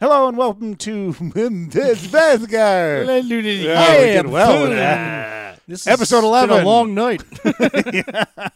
Hello and welcome to this Vasgar. Let's do this Yeah, we again. did well with Boom. that. This Episode has 11. Been a long night.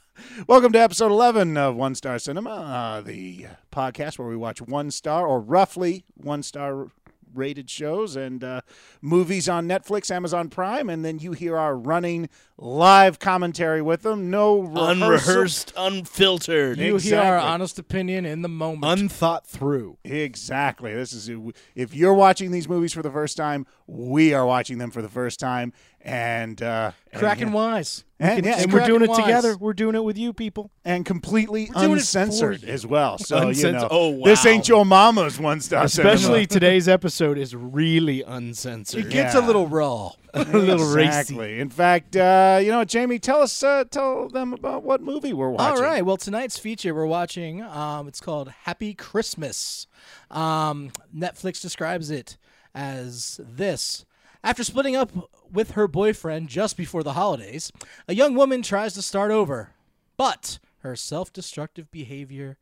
Welcome to episode 11 of One Star Cinema, uh, the podcast where we watch one star or roughly one star rated shows and uh, movies on Netflix, Amazon Prime, and then you hear our running live commentary with them. No rehearsal. unrehearsed, unfiltered. You hear our Exactly. honest opinion in the moment. Unthought through. Exactly. This is if you're watching these movies for the first time, we are watching them for the first time, and uh, Cracking wise. and, yeah, It's and crack we're and doing wise. We're doing it with you people. and completely doing it for uncensored you. as well. So you Uncens- know, oh, wow. this ain't your mama's one star. Especially today's episode is really uncensored. It gets Yeah. a little raw. a little racy. exactly. In fact, uh, you know, Jamie, tell us, uh, tell them about what movie we're watching. All right. Well, tonight's feature we're watching. Um, it's called Happy Christmas. Um, Netflix describes it as this: After splitting up with her boyfriend just before the holidays, a young woman tries to start over, but her self-destructive behavior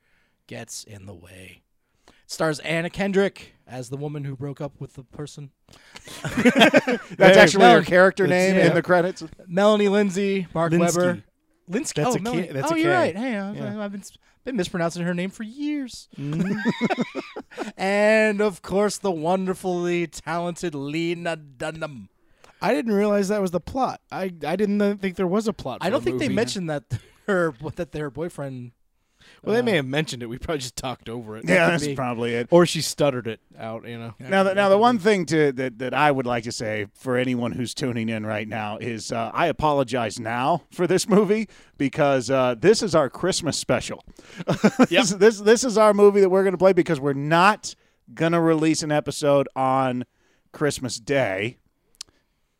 gets in the way. It stars Anna Kendrick as the woman who broke up with the person. that's Hey, actually well, her character it's- name yeah. in the credits. Melanie Lindsay, Mark Linsky. Weber. Linsky. That's oh, a K- Melanie- that's oh a you're K. right. Hey, I was- I've been, been mispronouncing her name for years. Mm-hmm. and of course, the wonderfully talented Lena Dunham. I didn't realize that was the plot. I, I didn't think there was a plot. I don't think they mentioned that her that their boyfriend. Well, they uh, may have mentioned it. We probably just talked over it. Yeah, that's be. probably it. Or she stuttered it out. You know. Now, the, now the one thing to, that that I would like to say for anyone who's tuning in right now is uh, I apologize now for this movie because uh, this is our Christmas special. this, this this is our movie that we're going to play because we're not going to release an episode on Christmas Day.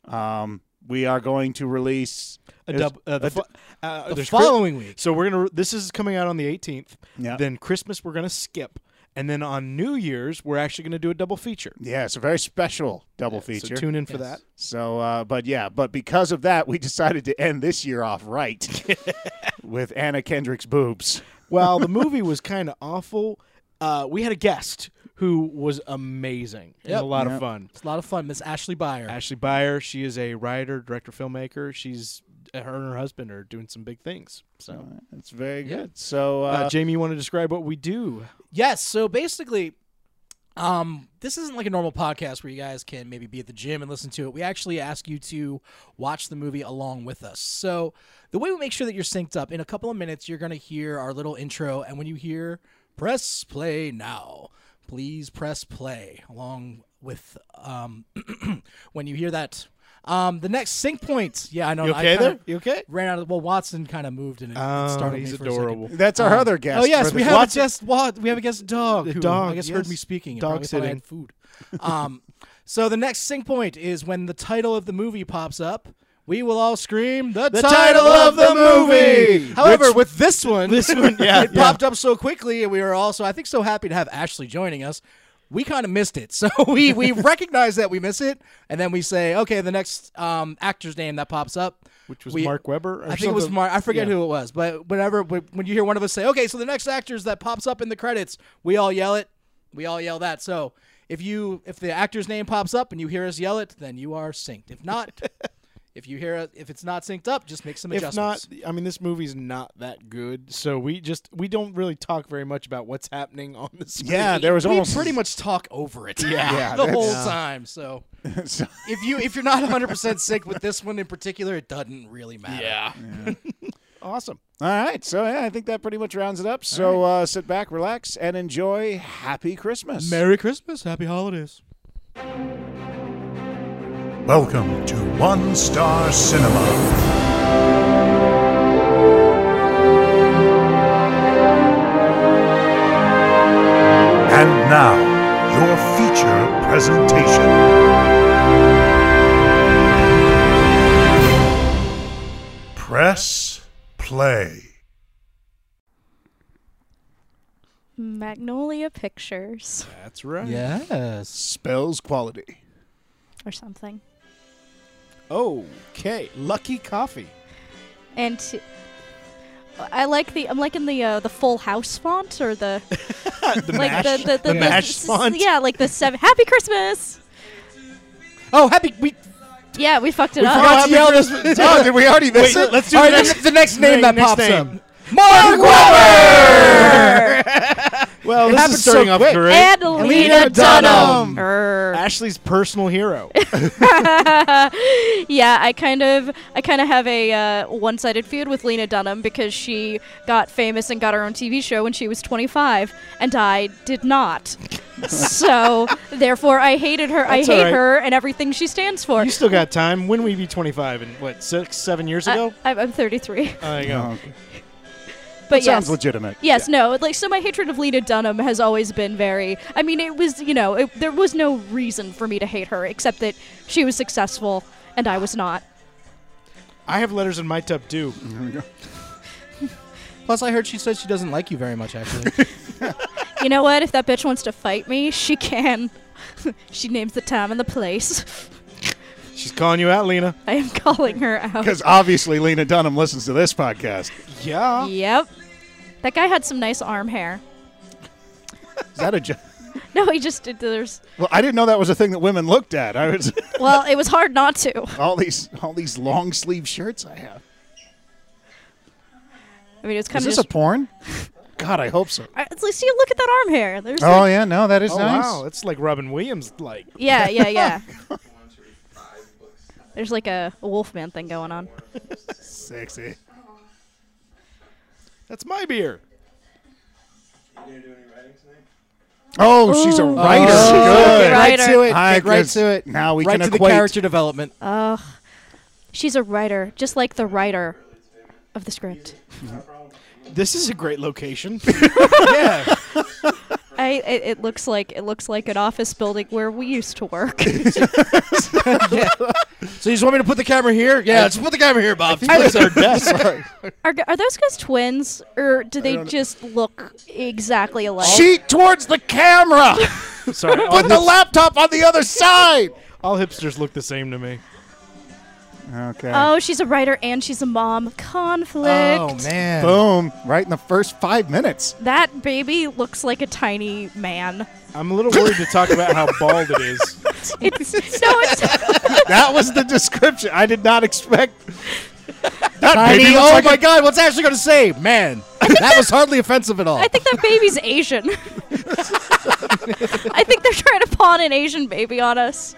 Um, we are going to release A is- dub, uh, the fo- uh, The there's Chri- following week. So we're gonna. This is coming out on the 18th. Yeah. Then Christmas we're gonna skip, and then on New Year's we're actually gonna do a double feature. yeah, it's a very special double feature. So tune in for Yes. that. So, uh, but yeah, but because of that, we decided to end this year off right with Anna Kendrick's boobs. Well, the movie was kind of awful. Uh, we had a guest who was amazing. It was Yep. a lot Yep. of fun. It's a lot of fun. Miss Ashley Byer. Ashley Byer, she is a writer, director, filmmaker. She's uh, her and her husband are doing some big things. So, That's very Yeah. good. So, uh, Mm-hmm. uh, Jamie, you want to describe what we do? Yes. So basically, um, this isn't like a normal podcast where you guys can maybe be at the gym and listen to it. We actually ask you to watch the movie along with us. So the way we make sure that you're synced up, in a couple of minutes, you're going to hear our little intro. And when you hear press play now, please press play along with um, when you hear that. Um, the next sync point. Yeah, I know. I kinda You okay? Ran out of well. Watson kind of moved and it, it Oh, startled he's me for a second. adorable. that's our other guest. Oh yes, Brother we have Watson. a guest. What we have a guest dog. The Who dog, I guess heard me yes. speaking. and Dog probably thought I had food. Um, so the next sync point is when the title of the movie pops up. We will all scream the, title of the movie! However, Which- with this one, this one, yeah, it yeah. popped up so quickly, and we were also, I think, so happy to have Ashley joining us. We kind of missed it, so we we recognize that we miss it, and then we say, okay, the next um, actor's name that pops up, Which was we- Mark Weber? Or I think it was something? Mark. I forget Yeah. who it was, but whenever when you hear one of us say, "Okay, so the next actors that pops up in the credits," we all yell it. We all yell that. So if you if the actor's name pops up and you hear us yell it, then you are synced. If not, if you hear if it's not synced up, just make some If adjustments. not, I mean, this movie's not that good, so we just we don't really talk very much about what's happening on the screen. Yeah, there was we almost pretty much talk over it. Yeah, the that's- whole Yeah. time. So So- if you if you're not 100 percent synced with this one in particular, it doesn't really matter. yeah. awesome. all right. So yeah, I think that pretty much rounds it up. So uh, sit back, relax, and enjoy. Happy Christmas. Merry Christmas, Happy Holidays. Welcome to One Star Cinema. And now, your feature presentation. Press play. Magnolia Pictures That's right. Yes. Spells quality. or something. Okay. Lucky Coffee. And t- I like the I'm liking the uh, the Full House font or the, like the the, The mash s- font? Yeah, like the seven. Happy Christmas. Oh, happy we Yeah, we fucked it up. forgot to yell this. oh, did we already miss it? let's do All right, the next. the, the next name that next pops name. up. Mark Wahlberg. Well, this happened is starting so off quick. great. Adelina Alina Dunham. Dunham. Err. Ashley's personal hero. yeah, I kind of, I kind of have a uh, one-sided feud with Lena Dunham because she got famous and got her own TV show when she was 25, and I did not. so, therefore, I hated her. That's I all hate right. her and everything she stands for. you still got time. When we be 25 and what six, seven years I, ago? I'm I'm 33, Oh, there you go. Oh, but yes. Sounds legitimate. Yes, no, like so my hatred of Lena Dunham has always been very I mean it was, you know, it, there was no reason for me to hate her except that she was successful and I was not. I have letters in my tub too. Plus, I heard she said she doesn't like you very much. Actually, You know what? If that bitch wants to fight me, she can. she names the time and the place. She's calling you out, Lena. I am calling her out. Because obviously Lena Dunham listens to this podcast. Yeah. Yep. That guy had some nice arm hair. Is that a ju- No, he just did there's well? I didn't know that was a thing that women looked at. I was well, it was hard not to. all these all these long sleeve shirts I have. I mean, it's kind Is of this a just, porn? God, I hope so. I- it's like, see, look at that arm hair. There's Oh yeah, no, that is Oh nice. wow, that's like Robin Williams. Like Yeah, yeah, yeah. There's like a, a Wolfman thing going on. Sexy. that's my beer. Oh, she's a writer. Good. Good. right to it. I Get right guess to it. Now we right can to equate. the character development. Ugh. She's a writer, just like the writer of the script. This is a great location. yeah. I it, it looks like it looks like an office building where we used to work. So you just want me to put the camera here? Yeah, let's put the camera here, Bob. Let's put it there. Are, g- are those guys twins or do they Um, just look exactly alike? Cheat towards the camera. Sorry, all, Put the laptop on the other side. all hipsters look the same to me. Okay. oh, she's a writer and she's a mom. Conflict. Oh man. Boom. Right in the first five minutes. That baby looks like a tiny man. I'm a little worried to talk about how bald it is. It's no, it's That was the description. I did not expect. That Tiny- baby looks oh like my a- God! What's Ashley going to say? Man, that was hardly offensive at all. I think that baby's Asian. I think they're trying to pawn an Asian baby on us.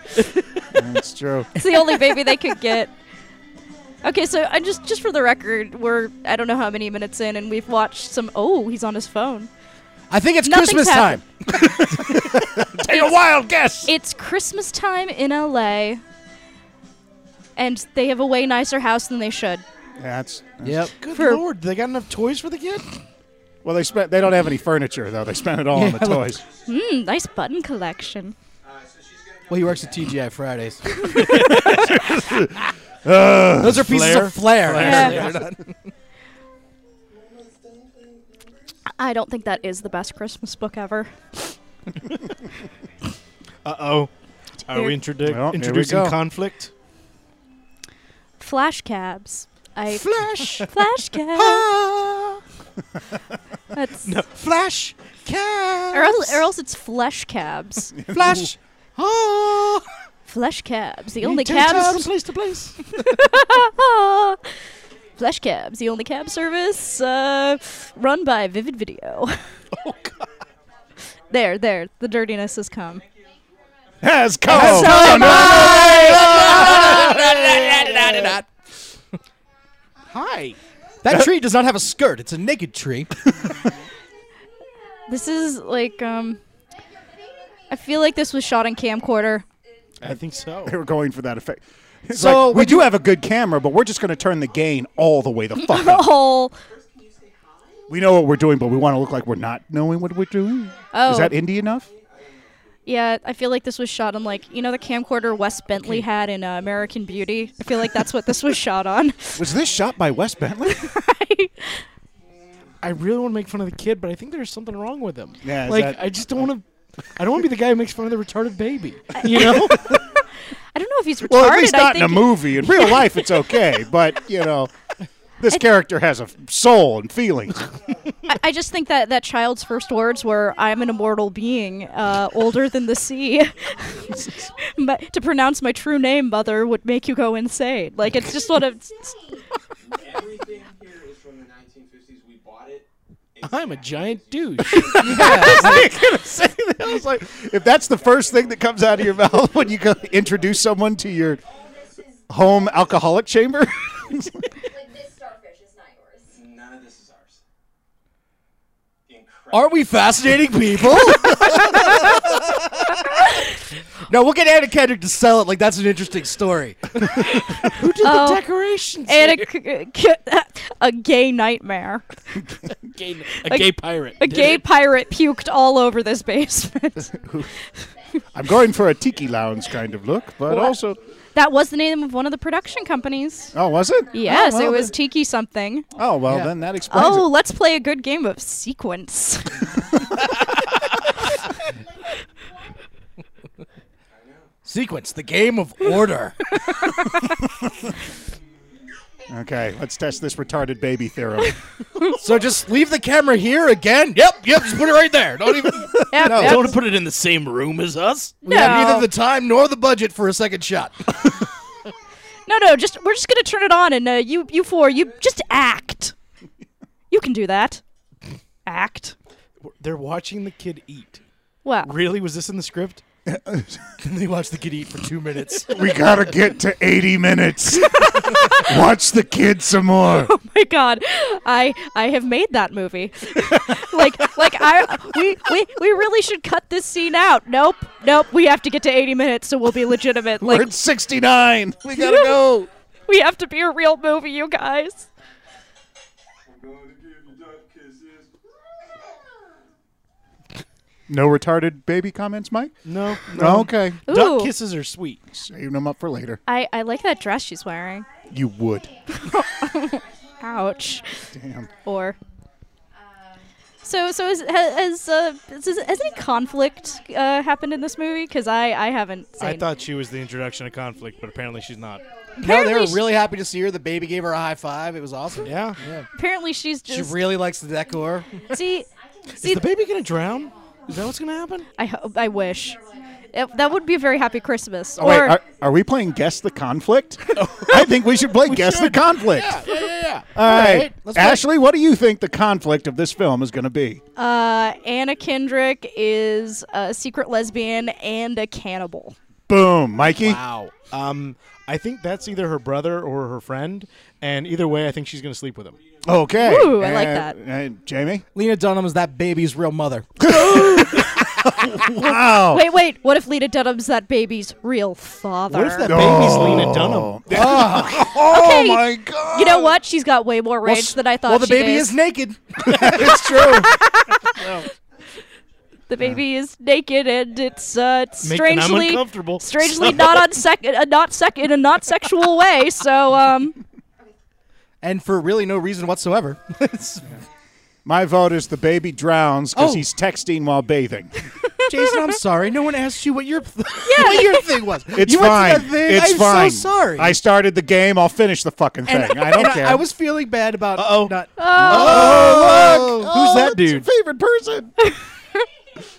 That's true. It's the only baby they could get. Okay, so I just just for the record, we're I don't know how many minutes in, and we've watched some. Oh, he's on his phone. I think it's Nothing's Christmas happened. time. Take a wild guess. It's Christmas time in LA, and they have a way nicer house than they should. That's Yep. Good For- lord, they got enough toys for the kid? well. They spent. They don't have any furniture though. They spent it all on the Yeah, well- toys. Hmm, nice button collection. Well, he works at TGI Fridays. Those are pieces of flair. actually. Yeah. I don't think that is the best Christmas book ever. Uh oh. Are we introdu- Well, here we introducing go. conflict? Flash cabs. I Flash. Ah. flash cabs. That's Flash. Cat. Or else, or else it's flesh cabs. Flash. Oh. flesh cabs, the only cabs. place to place. flesh cabs, the only cab service uh, run by Vivid Video. Oh, There, there, the dirtiness has come. Has come. Hi. That tree does not have a skirt. It's a naked tree. This is like, um, I feel like this was shot on camcorder. I think so. They were going for that effect. It's So, like, we what do have a good camera, but we're just going to turn the gain all the way the fuck up. Oh, We know what we're doing, but we want to look like we're not knowing what we're doing. Oh. Is that indie enough? yeah, I feel like this was shot on like you know the camcorder Wes Bentley had in uh, American Beauty. I feel like that's what this was shot on. Was this shot by Wes Bentley? I really want to make fun of the kid, but I think there's something wrong with him. Yeah, is Like that- I just don't want to. I don't want to be the guy who makes fun of the retarded baby. You know. I don't know if he's retarded. well, at least I not in think a movie. In real life, it's okay, but you know, This character has a f- soul and feelings. I, I just think that that child's first words were, "I'm an immortal being, uh, older than the sea." but to pronounce my true name, mother, would make you go insane. Like it's just sort of. Everything here is from the 1950s. We bought it. I'm a giant douche. I was like, if that's the first thing that comes out of your mouth when you go introduce someone to your home alcoholic chamber, Like this starfish is not yours. None of this is ours. Incredible. Aren't we fascinating people? no, we'll get Anna Kendrick to sell it like that's an interesting story. Oh. Decorations. And a, a gay nightmare. Gay- a gay pirate. A gay pirate puked all over this basement. I'm going for a tiki lounge kind of look. But also, that was the name of one of the production companies. oh, was it? Yes, Oh, well, it was then- Tiki something. Oh well, then that explains Oh, let's play a good game of sequence. Sequence, the game of order. it. Oh. Okay, let's test this retarded baby theorem. so just leave the camera here again. Yep, yep, just put it right there. Don't even Yep, yep. Don't put it in the same room as us. We have No. neither the time nor the budget for a second shot. No, no, just we're just gonna turn it on, and uh, you, you four, you just act. You can do that. Act. They're watching the kid eat. Well, Really? Was this in the script? and they watch the kid eat for two minutes. we gotta get to 80 minutes. Watch the kid some more. my God, I I have made that movie. like like I we, we we really should cut this scene out. Nope, nope. We have to get to eighty minutes, so we'll be legitimate. We're Like at 69. We got gotta go. we have to be a real movie, you guys. I'm going to give you duck kisses. no retarded baby comments, Mike. No. Oh, okay, Ooh, Duck kisses are sweet. saving them up for later. I I like that dress she's wearing. You would. Ouch. Damn. or so so is, ha- has uh, has, has any conflict uh, happened in this movie because i i haven't seen I thought she was the introduction of conflict, but apparently she's not. no, they were Apparently she- really happy to see her. The baby gave her a high five. It was awesome. Yeah. apparently she's She just really likes the decor. see Is see the baby gonna drown? Is that what's gonna happen? i hope i wish It- that would be a very happy christmas Oh, wait, or are, are we playing Guess the Conflict? I think we should play Guess the Conflict. Yeah, yeah, yeah. All right. let's play. Ashley, what do you think the conflict of this film is going to be? uh, anna kendrick is a secret lesbian and a cannibal Boom, Mikey. Wow. Um, I think that's either her brother or her friend, and either way, I think she's gonna sleep with him. Okay. Ooh, I like that. and Jamie? Lena Dunham is that baby's real mother. Wow. wait wait what if lena dunham's that baby's real father What if that baby's Lena Dunham? Oh, Okay. my God. you know what she's got way more range than i thought Well, the she baby did. is naked. it's true. The baby is naked and it's uh, it's Make- and I'm strangely uncomfortable, strangely so- not on sec- uh, not sec in a not sexual way. So um, And for really no reason whatsoever. It's- My vote is the baby drowns because Oh. he's texting while bathing. Jason, I'm sorry. No one asked you what your what your thing was. It's you fine. Went to that thing. It's I'm fine. so sorry. I started the game. I'll finish the fucking thing. I don't And care. I was feeling bad about Uh-oh. not. Uh, Oh, look! Who's that it's your dude? favorite person.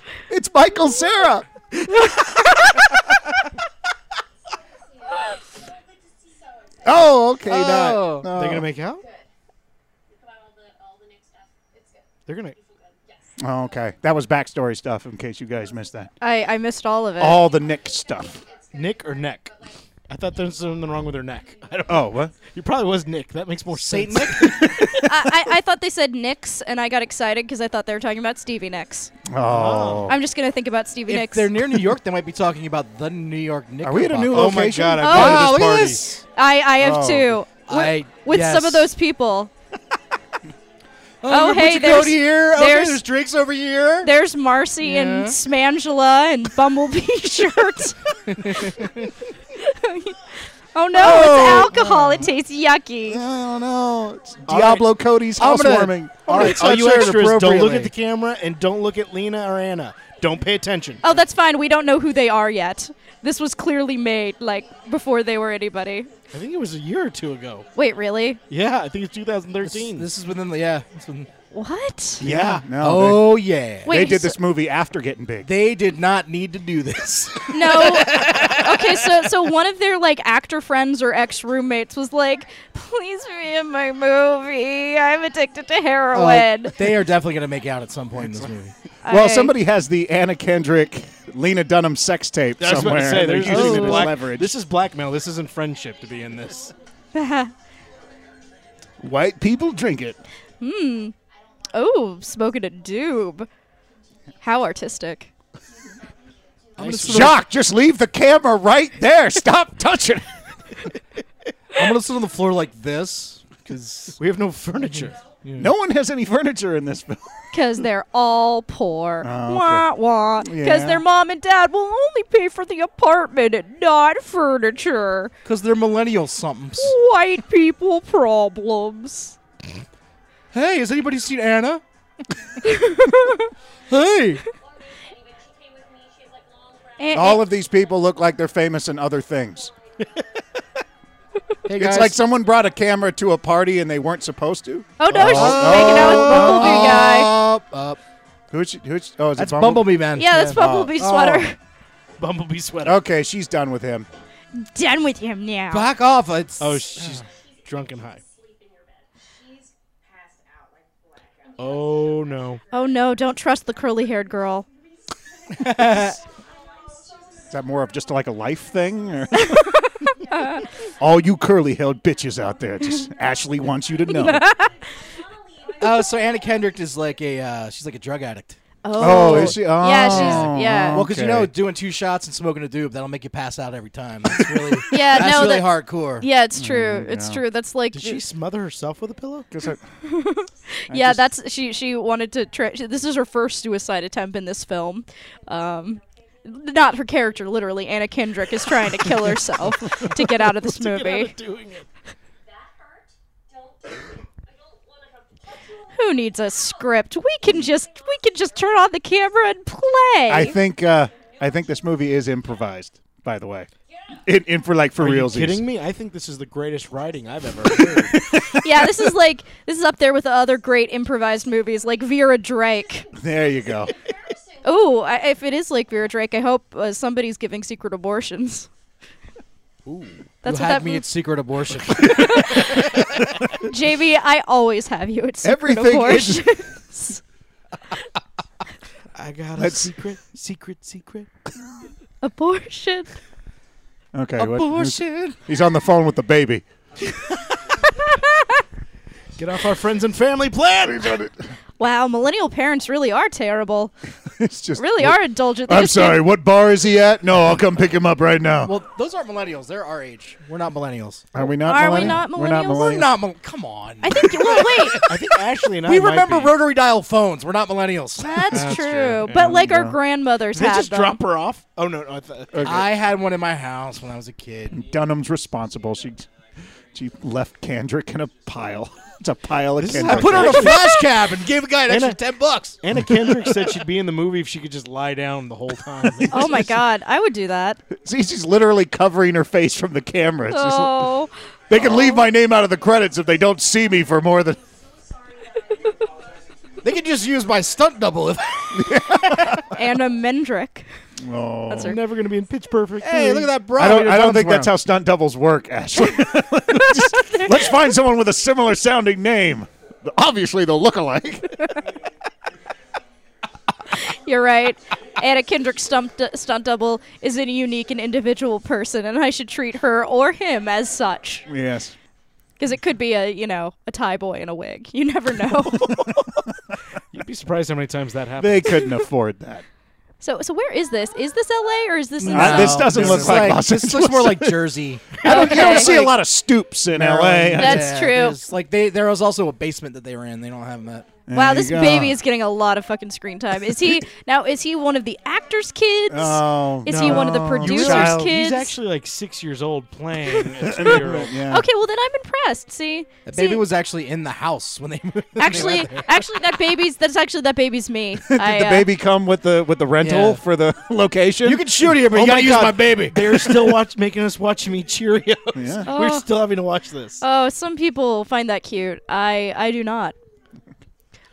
it's Michael Sarah. oh, okay. Oh. Not, They're gonna make out. They're gonna. Oh, okay. That was backstory stuff. In case you guys missed that, I, I missed all of it. all the Nick stuff. Nick or neck? I thought there was something wrong with her neck. I don't Oh, what? You probably was Nick. That makes more sense. I, I, I thought they said Nicks, and I got excited because I thought they were talking about Stevie Nicks. Oh, I'm just gonna think about Stevie If Nicks. they're near New York, they might be talking about the New York Knickerbocker. are we at a new Oh my location? god! I'm Oh. going to Wow, this look at party. this. I I have Oh. too. With, I- with some yes. of those people. Oh, Oh, hey, hey, there's- there's here. Okay, there's- there's, drinks over here. There's Marcy and Yeah. Smangela and Bumblebee shirts. oh no, Oh. it's alcohol. It tastes yucky. Oh no! It's Diablo Cody's I'm gonna- housewarming. I'm gonna All right, touch so All you it's extras, don't look appropriately. at the camera and don't look at Lena or Anna. Don't pay attention. Oh, that's fine. We don't know who they are yet. This was clearly made like before they were anybody. I think it was a year or two ago. Wait, really? Yeah, I think it's This, 2013. this is within the yeah. It's within, What? yeah. No, oh yeah. they, Wait, they did so- this movie after getting big. They did not need to do this. No. okay, so so one of their like actor friends or ex roommates was like, "Please be in my movie. I'm addicted to heroin." Uh, they are definitely gonna make out at some point in this movie. well, I- somebody has the Anna Kendrick, Lena Dunham sex tape That's somewhere. what I say. and They're using They're using it as black- leverage. This is blackmail. This isn't friendship to be in this. White people drink it. Oh, smoking a doob. How artistic. Jacques, just leave the camera right there. Stop touching. I'm gonna sit on the floor like this because We have no furniture. No one has any furniture in this film. Cause they're all poor. Oh, Wah wah. Cause Yeah. their mom and dad will only pay for the apartment and not furniture. because they're millennial somethings. White people problems. Hey, has anybody seen Anna? hey, Eh, All of these people look like they're famous in other things. hey It's like someone brought a camera to a party and they weren't supposed to. eh. oh no, she's making out with Oh. the Bumblebee guy. Up, up. Who's she, who's oh is That's it Bumble? Bumblebee man. Yeah, that's Bumblebee Oh. sweater. bumblebee sweater. Okay, she's done with him. Done with him now. Back off! It's Oh, she's drunk and high. She's passed out like blackout. Oh no. Oh no, don't trust the curly-haired girl. Is that more of just like a life thing? Or? All you curly-haired bitches out there, just Ashley wants you to know. Oh, so Anna Kendrick is like a uh, she's like a drug addict. Oh, Oh, is she? yeah, Oh, she's yeah. Well, because you know, Okay. doing two shots and smoking a doob that'll make you pass out every time. That's really Yeah, that's no, really that- hardcore. Yeah, it's true. Mm, it's true. That's like Did she smother herself with a pillow? Guess I- yeah, that's she. She wanted to. Tra- she- this is her first suicide attempt in this film. Um, not her character, literally. Anna Kendrick is trying to kill herself to get out of this movie. Doing it. That hurt? Don't do it. I don't want to have to touch you. Who needs a script? We can just we can just turn on the camera and play. I think uh, I think this movie is improvised. By the way, in, in for like for Are you realsies. kidding me? I think this is the greatest writing I've ever heard. yeah, this is like this is up there with the other great improvised movies like Vera Drake. There you go. Oh, I, if it is like Vera Drake, I hope uh, somebody's giving secret abortions. Ooh. That's you what had that me at means. secret abortion. Jamie, I always have you at secret Everything is- abortion. I got That's- secret, secret, secret. abortion. Okay, what- he's on the phone with the baby. Get off our friends and family plan. Wow, millennial parents really are terrible. It's just Really are indulgent. They I'm just give- sorry. What bar is he at? No, I'll come pick him up right now. well, those aren't millennials. They're our age. We're not millennials. are we not? Are we millennial? not We're not millennials? We're millennial. not. Mil- come on. I think. Well, wait. I think Ashley and I. we might remember be. rotary dial phones. We're not millennials. That's, true. But like our grandmothers Did they had just them. drop her off? Oh no! no I th- I had one in my house when I was a kid. Dunham's responsible. She she left Kendrick in a pile. It's a pile of This is Kendrick. I put Put on a flash cab and gave a guy an And extra a- ten bucks. Anna Kendrick said she'd be in the movie if she could just lie down the whole time. Oh my God, I would do that. See, she's literally covering her face from the camera. It's just- Oh, they can leave my name out of the credits if they don't see me for more than. They could just use my stunt double. If- Anna Mendrick. Oh. That's I'm her. never gonna be in Pitch Perfect. hey, look at that bra. I don't. Your I don't thumb's think that's round. how stunt doubles work, Ashley. Just- let's find someone with a similar sounding name. Obviously, they'll look alike. You're right. Anna Kendrick stunt, stunt double is a unique and individual person, and I should treat her or him as such. Yes. Because it could be a, you know, a tie boy in a wig. You never know. You'd be surprised how many times that happens. They couldn't afford that. so, so where is this? Is this L.A. or is this in? I- some- this doesn't This look is like Los This looks Angeles. more like Jersey. I don't, you Okay. don't see a lot of stoops in L.A. That's true. there's- Like they, there was also a basement that they were in. They don't have that. Wow, you this go. baby is getting a lot of fucking screen time. Is he now? Is he one of the actors' kids? Oh, is he one of the no. producers' Child. kids? He's actually like six years old playing a two-year-old. Yeah. okay, well then I'm impressed. See, That See, baby was actually in the house when they moved. actually actually that baby's that's actually that baby's me. I, Did the uh, baby come with the with the rental Yeah. for the location? shoot here, but you gotta use my baby. They're still watch, making us watch me Cheerios. Yeah. Oh. We're still having to watch this. Oh, some people find that cute. I I do not.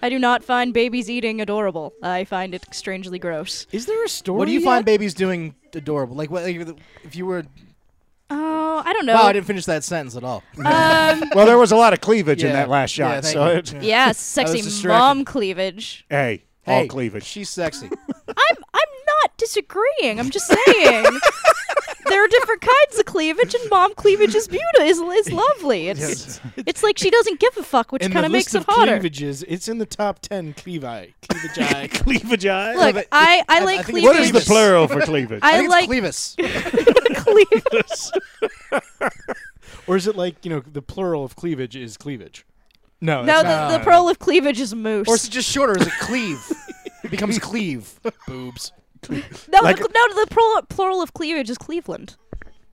I do not find babies eating adorable. I find it strangely gross. Is there a story? What do you yet? find babies doing adorable? Like, what, like if you were? Oh, I don't know. Wow, I didn't finish that sentence at all. well, there was a lot of cleavage in Yeah. that last shot. Yeah, thank so you. it, yes, was sexy distracted. mom cleavage. hey, all Hey, cleavage. She's sexy. I'm I'm not disagreeing. I'm just saying. There are different kinds of cleavage, and mom cleavage is beautiful. Is, is lovely. It's it's like she doesn't give a fuck, which In kind the of makes list it of hotter. cleavages, it's in the top ten cleavage. Cleavage. eye. Cleavage eyes. Look, I, I like think it's cleavage. what is the plural for cleavage? I, think like it's Clevis. cleavage. or is it like you know the plural of cleavage is cleavage? No. No, that's the, the plural of cleavage is moose. Or is it just shorter? Is it Cleve? It becomes Cleve. boobs. No, Like- the, no, the plural, plural of cleavage is Cleveland.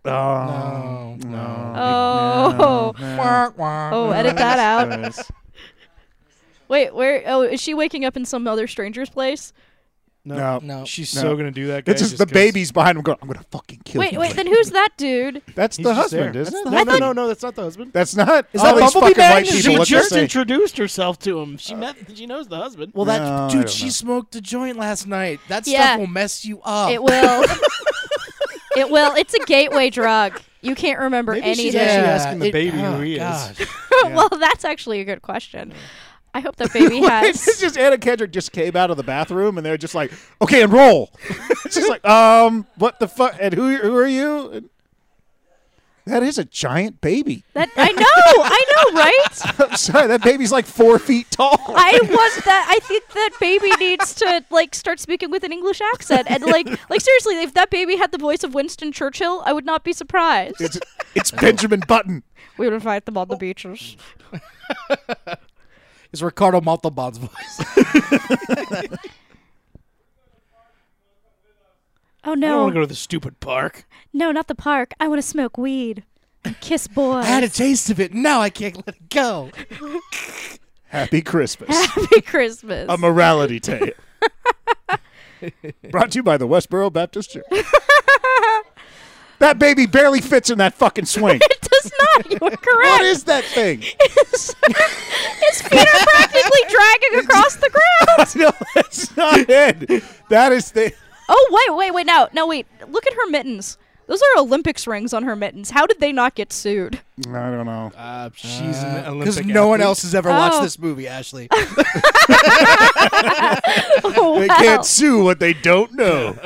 oh, Oh. Oh, Oh. oh, edit that out. yes. Wait, where? Oh, is she waking up in some other stranger's place? no, No. She's No. so gonna do that. Guys, It's just the just 'cause- baby's behind him going, I'm going to fucking kill Wait, you. wait, then who's that dude? That's He's the just husband, there. isn't That's it? the husband. No, no, no, that's not the husband. That's not. Is all that these Bumblebee fucking Man? white Is people. he What they just say. introduced herself to him. She met. She knows the husband. Well, No, I that don't dude, she know. smoked a joint last night. That Yeah. stuff will mess you up. It will. it will. It's a gateway drug. You can't remember Maybe anything. she's actually asking the it- baby who oh, he is. God. well, that's actually a good question. I hope that baby it's has. just Anna Kendrick just came out of the bathroom and they're just like, okay, and roll. it's just like, um, what the fuck? And who, who are you? And that is a giant baby. That I know, I know, right? I'm sorry, that baby's like four feet tall. I was that. I think that baby needs to like start speaking with an English accent and like like seriously, if that baby had the voice of Winston Churchill, I would not be surprised. it's, it's Benjamin Button. We would invite them on the beaches. It's Ricardo Montalban's voice. Oh I don't no, want to go to the stupid park. no, not the park. I want to smoke weed, and kiss boys. I had a taste of it. Now I can't let it go. Happy Christmas. Happy Christmas. a morality tale. Brought to you by the Westboro Baptist Church. that baby barely fits in that fucking swing. it does not. You are correct. what is that thing? his, his feet are practically dragging across the ground. no, that's not it. That is the. Oh wait, wait, wait! No, no, wait! Look at her mittens. Those are Olympics rings on her mittens. How did they not get sued? I don't know. Uh, she's an Olympic. Because no one athlete. else has ever watched Oh. this movie, Ashley. Oh, They wow. can't sue what they don't know.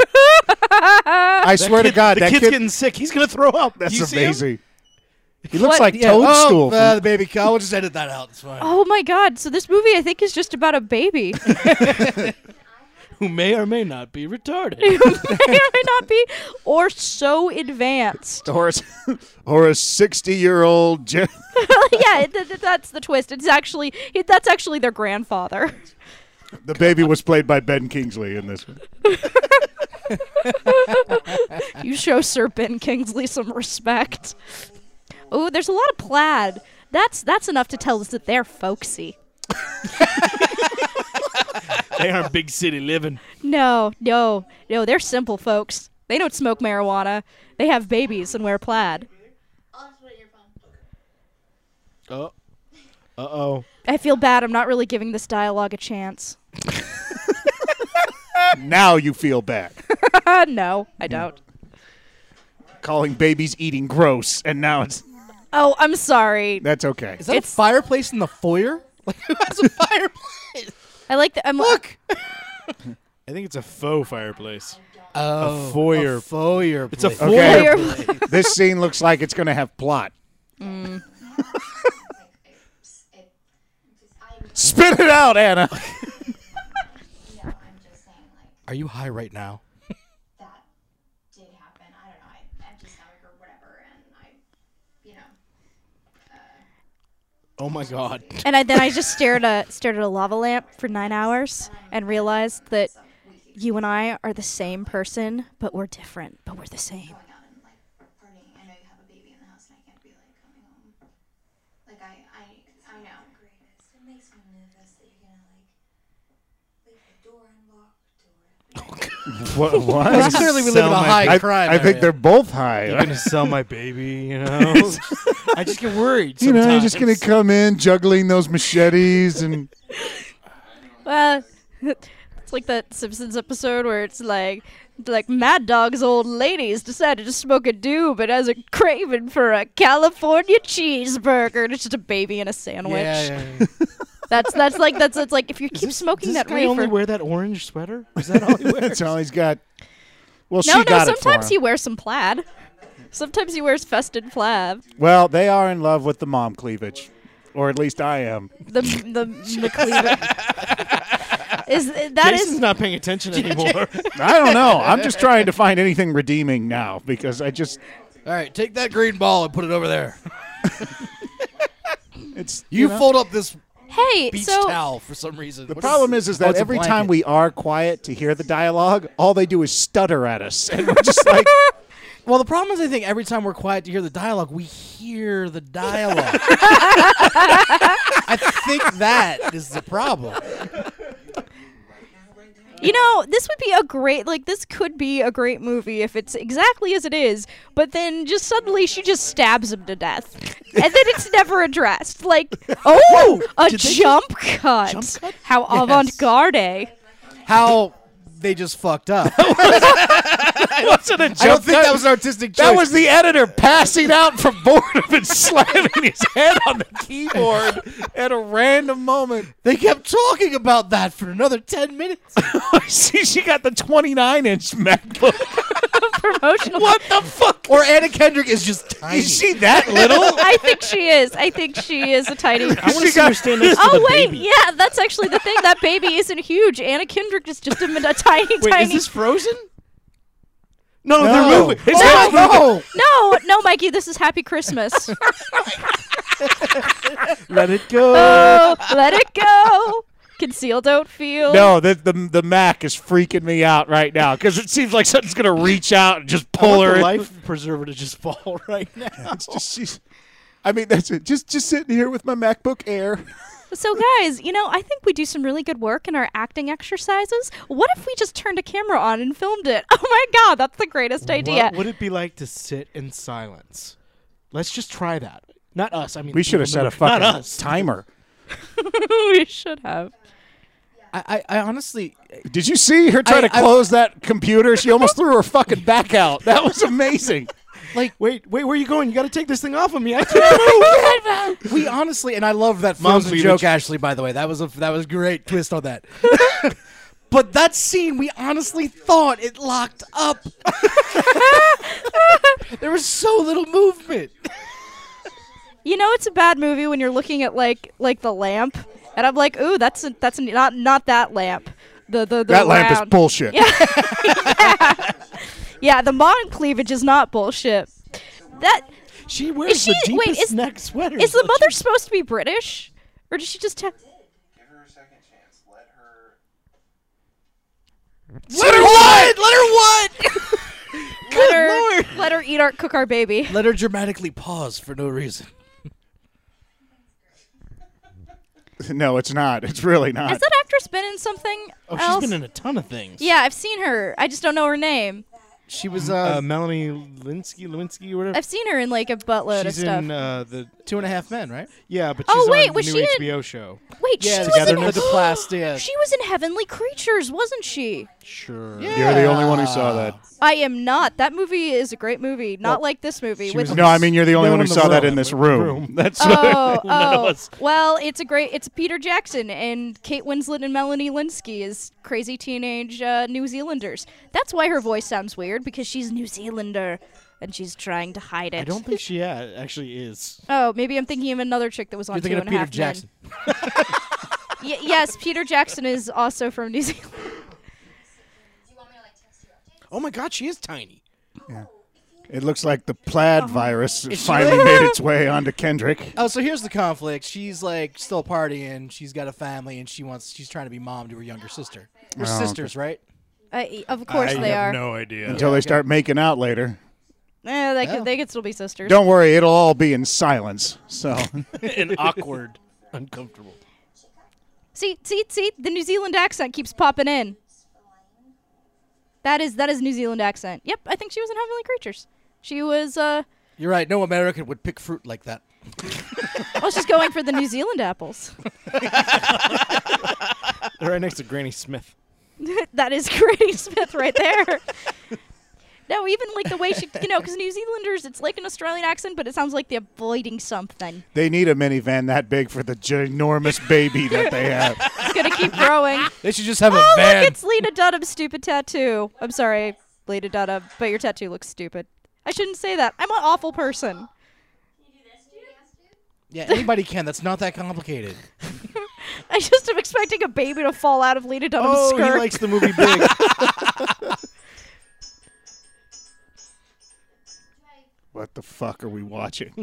I swear to God, The that kid's kid. getting sick. He's gonna throw up. that's You see him? amazing. He looks What? like Yeah, Toadstool. Oh, uh, the baby. I will just edit that out. It's fine. Oh my God! So this movie, I think, is just about a baby who Who may or may not be retarded. may or may not be, or so advanced. from- or, a, or a 60 year old. Gen- yeah, it- th- th- that's the twist. It's actually it, that's actually their grandfather. the baby was played by Ben Kingsley in this one. You show Sir Ben Kingsley some respect. Oh, there's a lot of plaid. That's that's enough to tell us that they're folksy. they aren't big city living. No, no, no, they're simple folks. They don't smoke marijuana. They have babies and wear plaid. I'll just put it in your phone. Oh. Uh oh. I feel bad. I'm not really giving this dialogue a chance. Now you feel bad. Uh, no, I don't. Calling babies eating gross, and now it's. Oh, I'm sorry. That's okay. Is that a fireplace in the foyer? Like who has a fireplace? I like the. I'm, Look. I think it's a faux fireplace. Oh, foyer. A foyer. It's a place. foyer. Okay. this scene looks like it's going to have plot. Mm. Spit it out, Anna. No, I'm just saying, like, Are you high right now? Oh that did happen. I don't know. I empty stomach or whatever, and I, you know, Oh my god. And I, then I just stared at stared at a lava lamp for nine hours and realized that you and I are the same person, but we're different. But we're the same. going out and like partying. I know you have a baby in the house and I can't be like coming home. Like I I I know. greatest. It makes me nervous that you're gonna like leave the door unlocked or What? what? Clearly, we live in a Sell my- high I, crime. I think area. they're both high. I'm gonna sell my baby, you know. I just get worried. you know, sometimes. you're just gonna come in juggling those machetes and Well, it's like that Simpsons episode where it's like, like Mad Dog's old ladies decided to smoke a doob and has a craving for a California cheeseburger. And it's just a baby and a sandwich. Yeah, yeah, yeah. That's that's like that's it's like if you keep smoking Does this that guy only reefer. wear that orange sweater? Is that all he wears? that's all he's got. Well, no, she no. got sometimes it for he him. wears some plaid. Sometimes he wears fested plaid. Well, they are in love with the mom cleavage, or at least I am. The the McLeaver. is that is Jason's not paying attention anymore. I don't know. I'm just trying to find anything redeeming now because I just All right, take that green ball and put it over there. it's You, know? fold up this hey beach so towel for some reason. The problem is, is Oh, that it's a every blanket. time we are quiet to hear the dialogue, all they do is stutter at us, and we're just like, Well, the problem is, I think every time we're quiet to hear the dialogue, we hear the dialogue. I think that is the problem. you know this would be a great like this could be a great movie if it's exactly as it is but then just suddenly she just stabs him to death and then it's never addressed like oh a jump cut. how avant-garde How they just fucked up. "Jump I don't think cut." that was an artistic choice. That was the editor passing out from boredom and slamming his head on the keyboard at a random moment. They kept talking about that for another ten minutes. See, she got the 29 inch MacBook. promotional What the fuck? Or Anna Kendrick is just tiny. Is she that little? Oh, i think she is i think she is a tiny I want to see got- her stand next to Oh the wait, baby. yeah, that's actually the thing. That baby isn't huge. Anna Kendrick is just a, a tiny, Wait, tiny. is this Frozen? No, No. they're moving. It's Oh, not no. No, no, Mikey, this is Happy Christmas. Let it go. oh, let it go. Conceal, don't feel. No, the, the the Mac is freaking me out right now because it seems like something's gonna reach out and just I pull want her. the in. life preserver to just fall right now. It's just she's. I mean, that's it. Just just sitting here with my MacBook Air. So, guys, you know, I think we do some really good work in our acting exercises. What if we just turned a camera on and filmed it? Oh my God, that's the greatest idea. What would it be like to sit in silence? Let's just try that. Not us. I mean, We should have people set in a the- not fucking us. timer. we should have. I, I, I honestly, Did you see her try I- to I- close that computer? She almost threw her fucking back out. That was amazing. like, Wait, wait, where are you going? You got to take this thing off of me. I can't move. we honestly, and I love that Mom's frozen leaving. joke, Ashley. By the way, that was a that was a great twist on that. but that scene, we honestly thought it locked up. there was so little movement. You know, it's a bad movie when you're looking at like like the lamp, and I'm like, ooh, that's a, that's a, not not that lamp. The the, the That lamp is round- bullshit. Yeah, the mom cleavage is not bullshit. That She wears she- the wait, deepest is- neck sweater. is the mother supposed to be British, or did she just? have Give her a second chance. Let her. Let her what? Let her what? let her, Let her eat our cook our baby. Uh, Let her dramatically pause for no reason. No, it's not. It's really not. Has that actress been in something Oh, else? she's been in a ton of things. yeah, I've seen her. I just don't know her name. She was Uh, uh, Melanie Linsky, Lewinsky, or whatever. I've seen her in like a buttload she's of stuff. in uh, the two and a half men, right? yeah, but she's Oh, wait, on was the she new in- HBO show. Wait, Yeah, she was together in with the plastic. She was in Heavenly Creatures, wasn't she? Sure. You're the only one who saw that. I am not. That movie is a great movie. Not like this movie. she With was in No, I mean you're the only No, one who in the saw that room. in this room. That's oh, of oh. us. Well, it's a great. It's Peter Jackson and Kate Winslet and Melanie Linsky as crazy teenage uh, New Zealanders. That's why her voice sounds weird because she's New Zealander and she's trying to hide it. I don't think she yeah, actually is. Oh, maybe I'm thinking of another chick that was on You're Two thinking of and a Peter Half Jackson. Men. Y- yes, Peter Jackson is also from New Zealand. Do you want me to like text you updates? Oh my God, she is tiny. If you It looks like the plaid virus finally made its way onto Kendrick. Oh, so here's the conflict. She's like still partying. She's got a family, and she wants. She's trying to be mom to her younger sister. Oh, Her okay. sisters, right? I, Uh, of course I they have are. no idea. Until they start making out later. Eh, they, Oh. could, they could still be sisters. Don't worry, it'll all be in silence. So and awkward, uncomfortable. See, see, see. The New Zealand accent keeps popping in. That is that is New Zealand accent. Yep, I think she was in Heavenly Creatures. She was. uh You're right. No American would pick fruit like that. I was just going for the New Zealand apples. They're right next to Granny Smith. that is Granny Smith right there. No, even like the way she, you know, because New Zealanders, it's like an Australian accent, but it sounds like they're avoiding something. they need a minivan that big for the ginormous baby that they have. It's gonna keep growing. They should just have a Oh, van. look, it's Lena Dunham's stupid tattoo. I'm sorry, Lena Dunham, but your tattoo looks stupid. I shouldn't say that. I'm an awful person. Yeah, anybody can. That's not that complicated. I just am expecting a baby to fall out of Lena Dunham's oh, skirt. he likes the movie Big. What the fuck are we watching?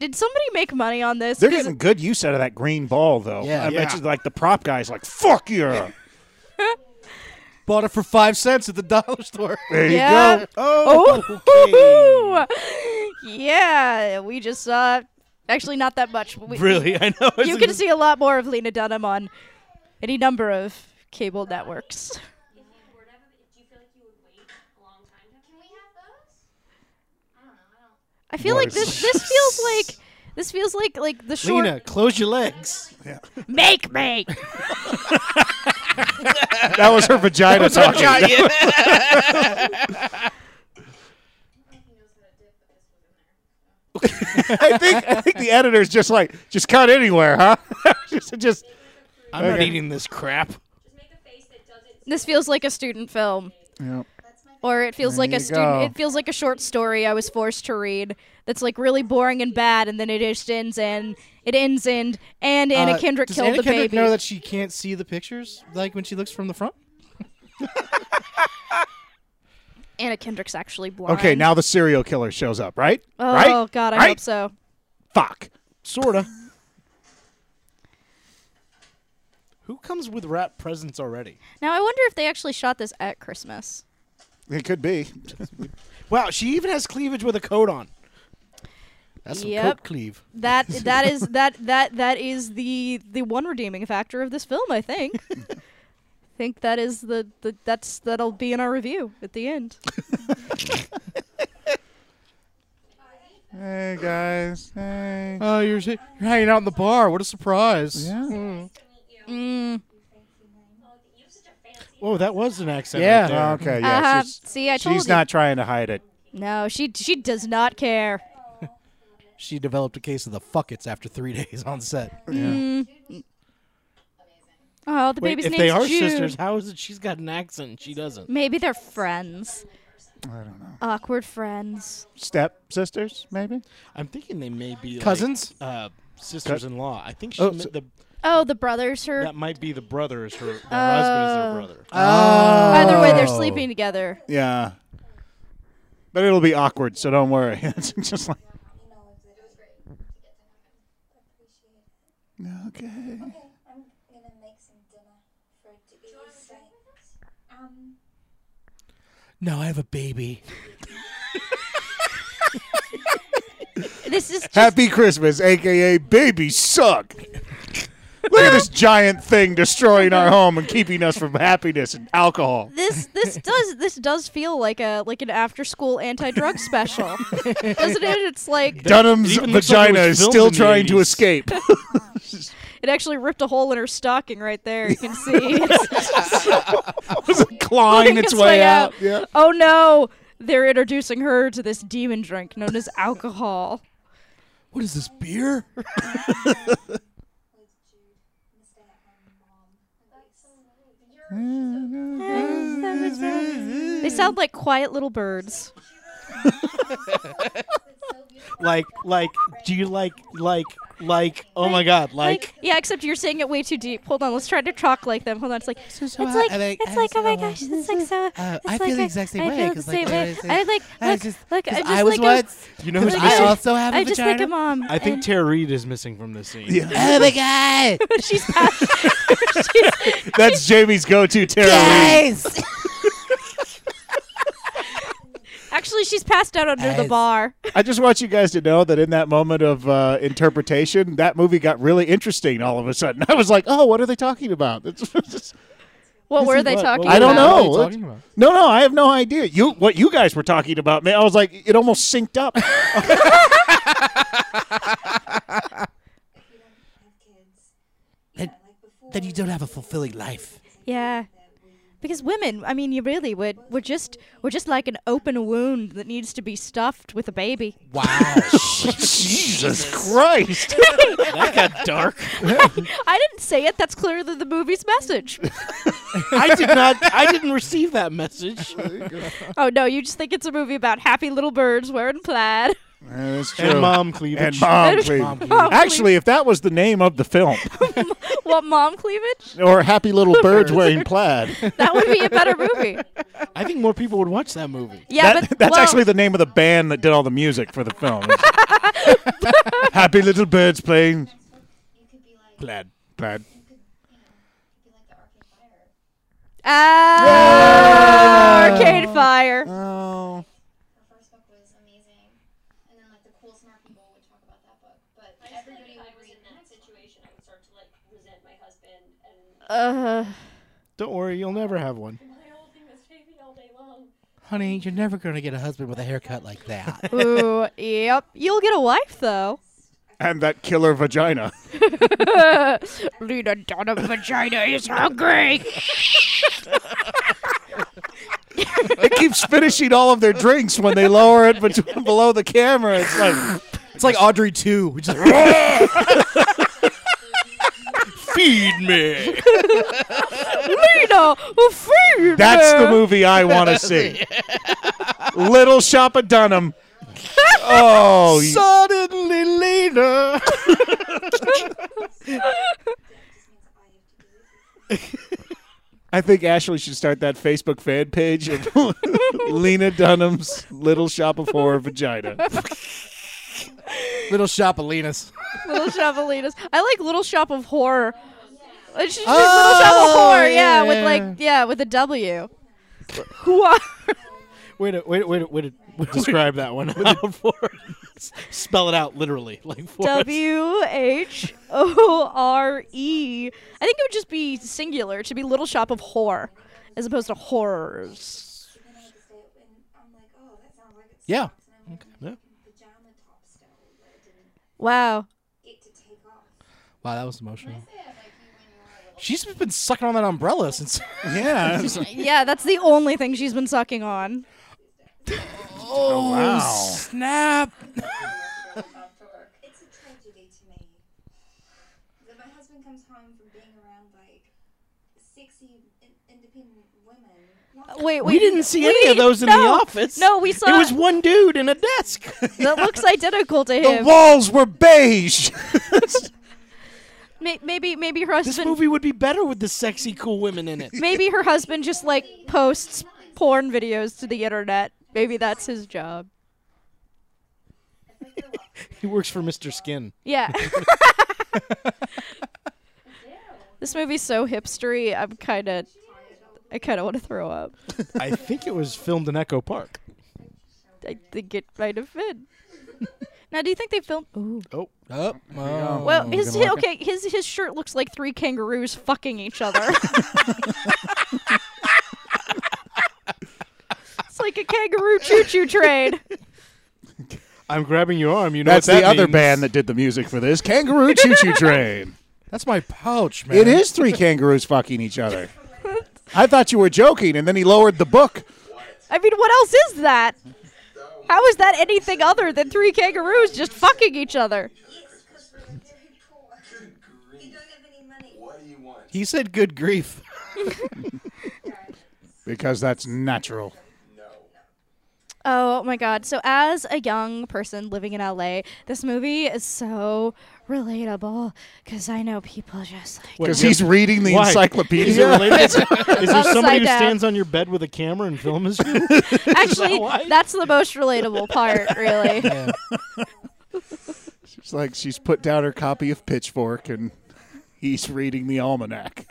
Did somebody make money on this? They're 'Cause getting good use out of that green ball, though. Yeah. I mentioned like the prop guy's like, "Fuck yeah!" Bought it for five cents at the dollar store. There Yeah. you go. Oh, Oh, yeah. We just saw, actually, not that much. but We, Really, I know. you can see a lot more of Lena Dunham on any number of cable networks. If you were to have a- do you feel like you would wait a long time to have a Can we have those? I don't know. I don't. I feel What like is- this. This feels like. This feels like like the short Lena, close your legs. make me. that was her vagina talking. I think I think the editor's just like, just cut anywhere, huh? just, just I'm not eating this crap. This feels like a student film. Yep. Or it feels There like you a student. go. It feels like a short story I was forced to read. That's like really boring and bad, and then it just ends and it ends and and Anna Uh, Kendrick does killed Anna the Kendrick baby. know that she can't see the pictures, like when she looks from the front? Anna Kendrick's actually blind. okay. Now the serial killer shows up, right? Oh right? God, I right? hope so. Fuck. Sorta. Who comes with wrap presents already? Now I wonder if they actually shot this at Christmas. It could be. Wow, she even has cleavage with a coat on. That's some Yep. coat cleave. That that is that that that is the the one redeeming factor of this film. I think. I think that is the, the that's that'll be in our review at the end. Hey guys. Hey. Oh, you're you're hanging out in the bar. What a surprise! Yeah. Mm. Whoa, that was an accent. Yeah. right there. Oh, okay. Yeah. Uh-huh. She's, See, I told she's you. not trying to hide it. No, she she does not care. She developed a case of the fuckets after three days on set. Oh, the Wait, baby's if name's they are Jude. sisters, how is it she's got an accent and she doesn't? Maybe they're friends. I don't know. Awkward friends. Step sisters, maybe. I'm thinking they may be like, Cousins? uh, sisters-in-law. I think she Oh, meant so- the Oh, the brothers. Her. that might be the brother is her. Her Uh, husband is their brother. Either way, they're Oh. sleeping together. Yeah. But it'll be awkward, so don't worry. it's just like, You know, it was great to get to know him. Appreciate it. okay. Okay, I'm gonna make some dinner for it to eat. Um, No, I have a baby. This is just Happy Christmas, aka baby suck. Look at this giant thing destroying our home and keeping us from happiness and alcohol. this this does this does feel like a like an after school anti drug special, doesn't it? It's like Dunham's even looks like it vagina was is filmed still in the trying to 80s. escape. it actually ripped a hole in her stocking right there. You can see it's clawing its way out. Yeah. Oh no, they're introducing her to this demon drink known as alcohol. What is this beer? with Jude and stay at Mm. my mom. That's so nice. You're They sound like quiet little birds. Like, like, do you like like like, oh my god, like, yeah, except you're saying it way too deep. Hold on, let's try to talk like them. Hold on, it's like it's so like I like- it's I like oh my so- gosh, it's like so. Uh, it's I like feel the I- exact same I way, feel the 'cause, like, same when I way. was a- I like I look, was just- look, I'm 'cause just I was like once- a, you know who's I'm I just- also have a I'm just like a vagina? mom. I think and Tara Reid is missing from this scene. Yeah. Oh my god, she's passed. That's Jamie's go-to Tara Reid. guys. Actually, she's passed out under the Guys. bar. I just want you guys to know that in that moment of uh, interpretation, that movie got really interesting all of a sudden. I was like, "Oh, what are they talking about?" It's just- What were they talking? I don't about? know. What are they talking about? no, no, I have no idea. You, what you guys were talking about, man? I was like, it almost synced up. If you don't have kids, Then- yeah, like before, Then you don't have a fulfilling life. Yeah. Because women, I mean, you really would. We're just, we're just like an open wound that needs to be stuffed with a baby. Wow. Jesus Christ! That got dark. I didn't say it. That's clearly the movie's message. I did not. I didn't receive that message. oh no, you just think it's a movie about happy little birds wearing plaid. Yeah, that's true. and mom And cleavage. mom, please. Mom, Actually, if that was the name of the film, what mom cleavage? or Happy Little Birds Wearing Plaid, That would be a better movie. I think more people would watch that movie. Yeah, That- but that's well, actually the name of the band that did all the music for the film. Happy Little Birds Playing you could be like, Plaid. Plaid. you could be like the Arcade Fire. ah, Arcade Fire. Oh. Her first book was amazing, and then like the cool smart people would talk about that book, but everybody If I would was read in that situation, I would start to like resent my husband and Uh, Don't worry, you'll never have one. my whole thing was Jamie all day long. Honey, you're never going to get a husband with a haircut like that. ooh, yep. You'll get a wife though. And that killer vagina. Lena Dunham vagina is hungry. it keeps finishing all of their drinks when they lower it bet- below the camera. It's like, it's like Audrey 2. Which is Feed me. Lena, feed that's her. the movie I want to see. Little Shop of Dunham. Oh, you- Suddenly, Lena. I think Ashley should start that Facebook fan page of Lena Dunham's Little Shop of Horror Vagina. Little Shop of Lena's. Little Shop of Lena's. I like Little Shop of Horror. It's just Oh, Little Shop of Horror, yeah, with like yeah, with a W. Who are Wait a wait a- wait a- wait a- describe that one out for us. Spell it out literally, like for us. W H O R E? I think it would just be singular to be Little Shop of Horror as opposed to horrors. And I had to say it, and I'm like, oh, that sounds like it's Yeah. and I'm okay. Yeah. pajama top still, but it didn't Wow. get to take off. Wow, that was emotional. She's been sucking on that umbrella since. Yeah. Yeah, that's the only thing she's been sucking on. Oh, wow. Snap. It's a tragedy to me that my husband comes home from being around like sexy, in- independent women. Not Uh, Wait, We didn't see any of those in the no. office. No, we saw It was one dude in a desk. that looks identical to him. walls were beige. May- maybe maybe her this husband movie would be better with the sexy, cool women in it. Maybe her husband just like posts porn videos to the internet. Maybe that's his job. he works for Mr. Skin. Yeah. this movie's so hipstery. I'm kind of, I kind of want to throw up. I think it was filmed in Echo Park. I think it might have been. now, do you think they filmed? Ooh. Oh, Oh, oh. Well, his hi- okay, his his shirt looks like three kangaroos fucking each other. it's like a kangaroo choo-choo train. I'm grabbing your arm. You know That's what the that other means. band that did the music for this Kangaroo Choo Choo Train. That's my pouch, man. It is three kangaroos fucking each other. I thought you were joking, and then he lowered the book. I mean, what else is that? How is that anything other than three kangaroos just fucking each other? yes, because we're very poor. Good We grief. don't have any money. What do you want? He said, "Good grief." Because that's natural. No. Oh my god. So as a young person living in LA, this movie is so relatable cuz I know people just like Because he's reading the Why? encyclopedia. Is, it related? is there Upside somebody who down. stands on your bed with a camera and films you? Actually, why? that's the most relatable part, really. It's like she's put down her copy of Pitchfork and he's reading the almanac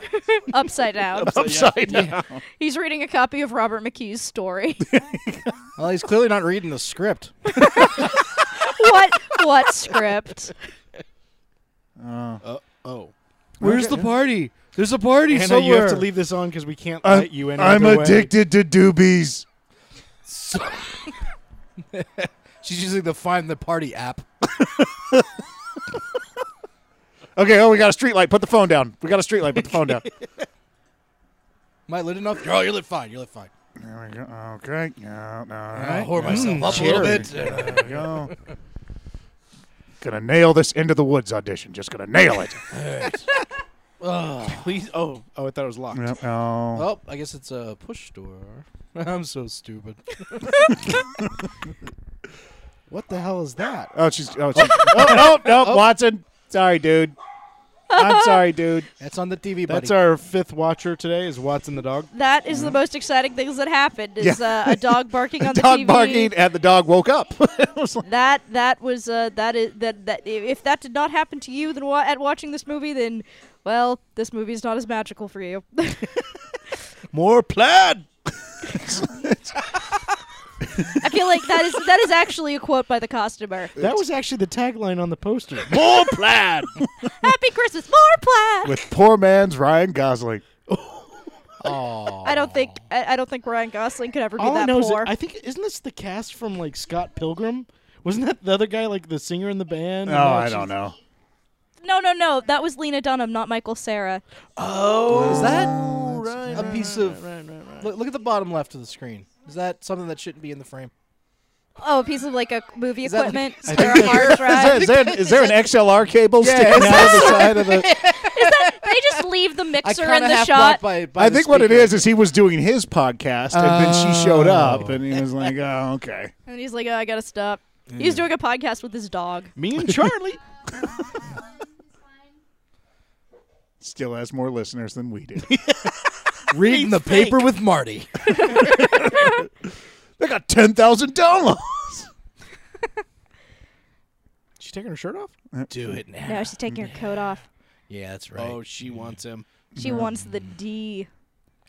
Upside down. upside down. He's reading a copy of Robert McKee's story. Well, he's clearly not reading the script. what what script? Oh. Where's the party? There's a party Hannah, somewhere. you have to leave this on because we can't let you in. I'm either way. addicted to doobies. She's using the Find the Party app. Okay, oh, we got a street light. Put the phone down. We got a street light. Put the phone down. Am I lit enough? Oh, you're lit fine. You're lit fine. There we go. Okay. Yeah, all I'll right. whore myself up a little bit. There we go. Gonna nail this into the woods audition. Just gonna nail it. Please. Oh, oh, I thought it was locked. Yep, oh. Oh, I guess it's a push door. I'm so stupid. What the hell is that? Oh, she's. Oh, she's, oh, no, no, Watson. Sorry, dude. I'm sorry, dude. That's on the TV, buddy. That's our fifth watcher today. Is Watson the dog? That is the most exciting things that happened is uh, a dog barking on Dog the TV. barking, and the dog woke up. It was like- That that was uh, that is that that i- if that did not happen to you then wa- at watching this movie then well this movie is not as magical for you. More plaid. I feel like that is that is actually a quote by the costumer. That was actually the tagline on the poster. More plaid. Happy Christmas, more plaid. with poor man's Ryan Gosling. I don't think I, I don't think Ryan Gosling could ever be All I that know is poor. that I think isn't this the cast from like Scott Pilgrim? Wasn't that the other guy like the singer in the band? Oh, I don't know. no, no, no. That was Lena Dunham, not Michael Sarah. oh, is that a piece of? Look, look at the bottom left of the screen. Is that something that shouldn't be in the frame? Oh, a piece of like a movie that like- equipment I or a hard Is there- drive. is there- is there an XLR cable sticking out of the side of the? they just leave the mixer in kinda the half-blocked shot. By, by I the think what it speaker. is is he was doing his podcast, and then she showed up, and he was like, "Oh, okay." And he's like, oh, I gotta stop. Mm. He's doing a podcast with his dog. Me and Charlie. Still has more listeners than we do. reading the paper with Marty. they got ten thousand downloads. she taking her shirt off? Do it now. No, she's taking her coat off. Yeah, that's right. Oh, she wants him. She wants the D.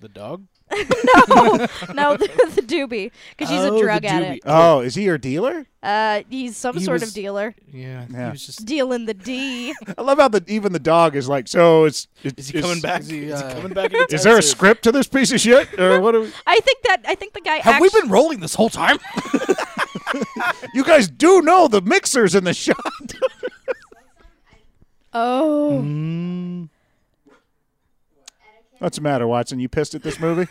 The dog. No, the, the doobie, because she's Oh, a the drug addict. Oh, is he your dealer? Uh, he's some He sort was- of dealer. Yeah, Yeah. He was just. Dealing the D. I love how the even the dog is like, "So it's, it's Is he coming back? is he, uh, coming back? Is there a script to this piece of shit, or what? Are we, I think that I think the guy. Have we actu- been rolling this whole time? you guys do know the mixers in the shot. Oh, Mm. What's the matter, Watson? You pissed at this movie?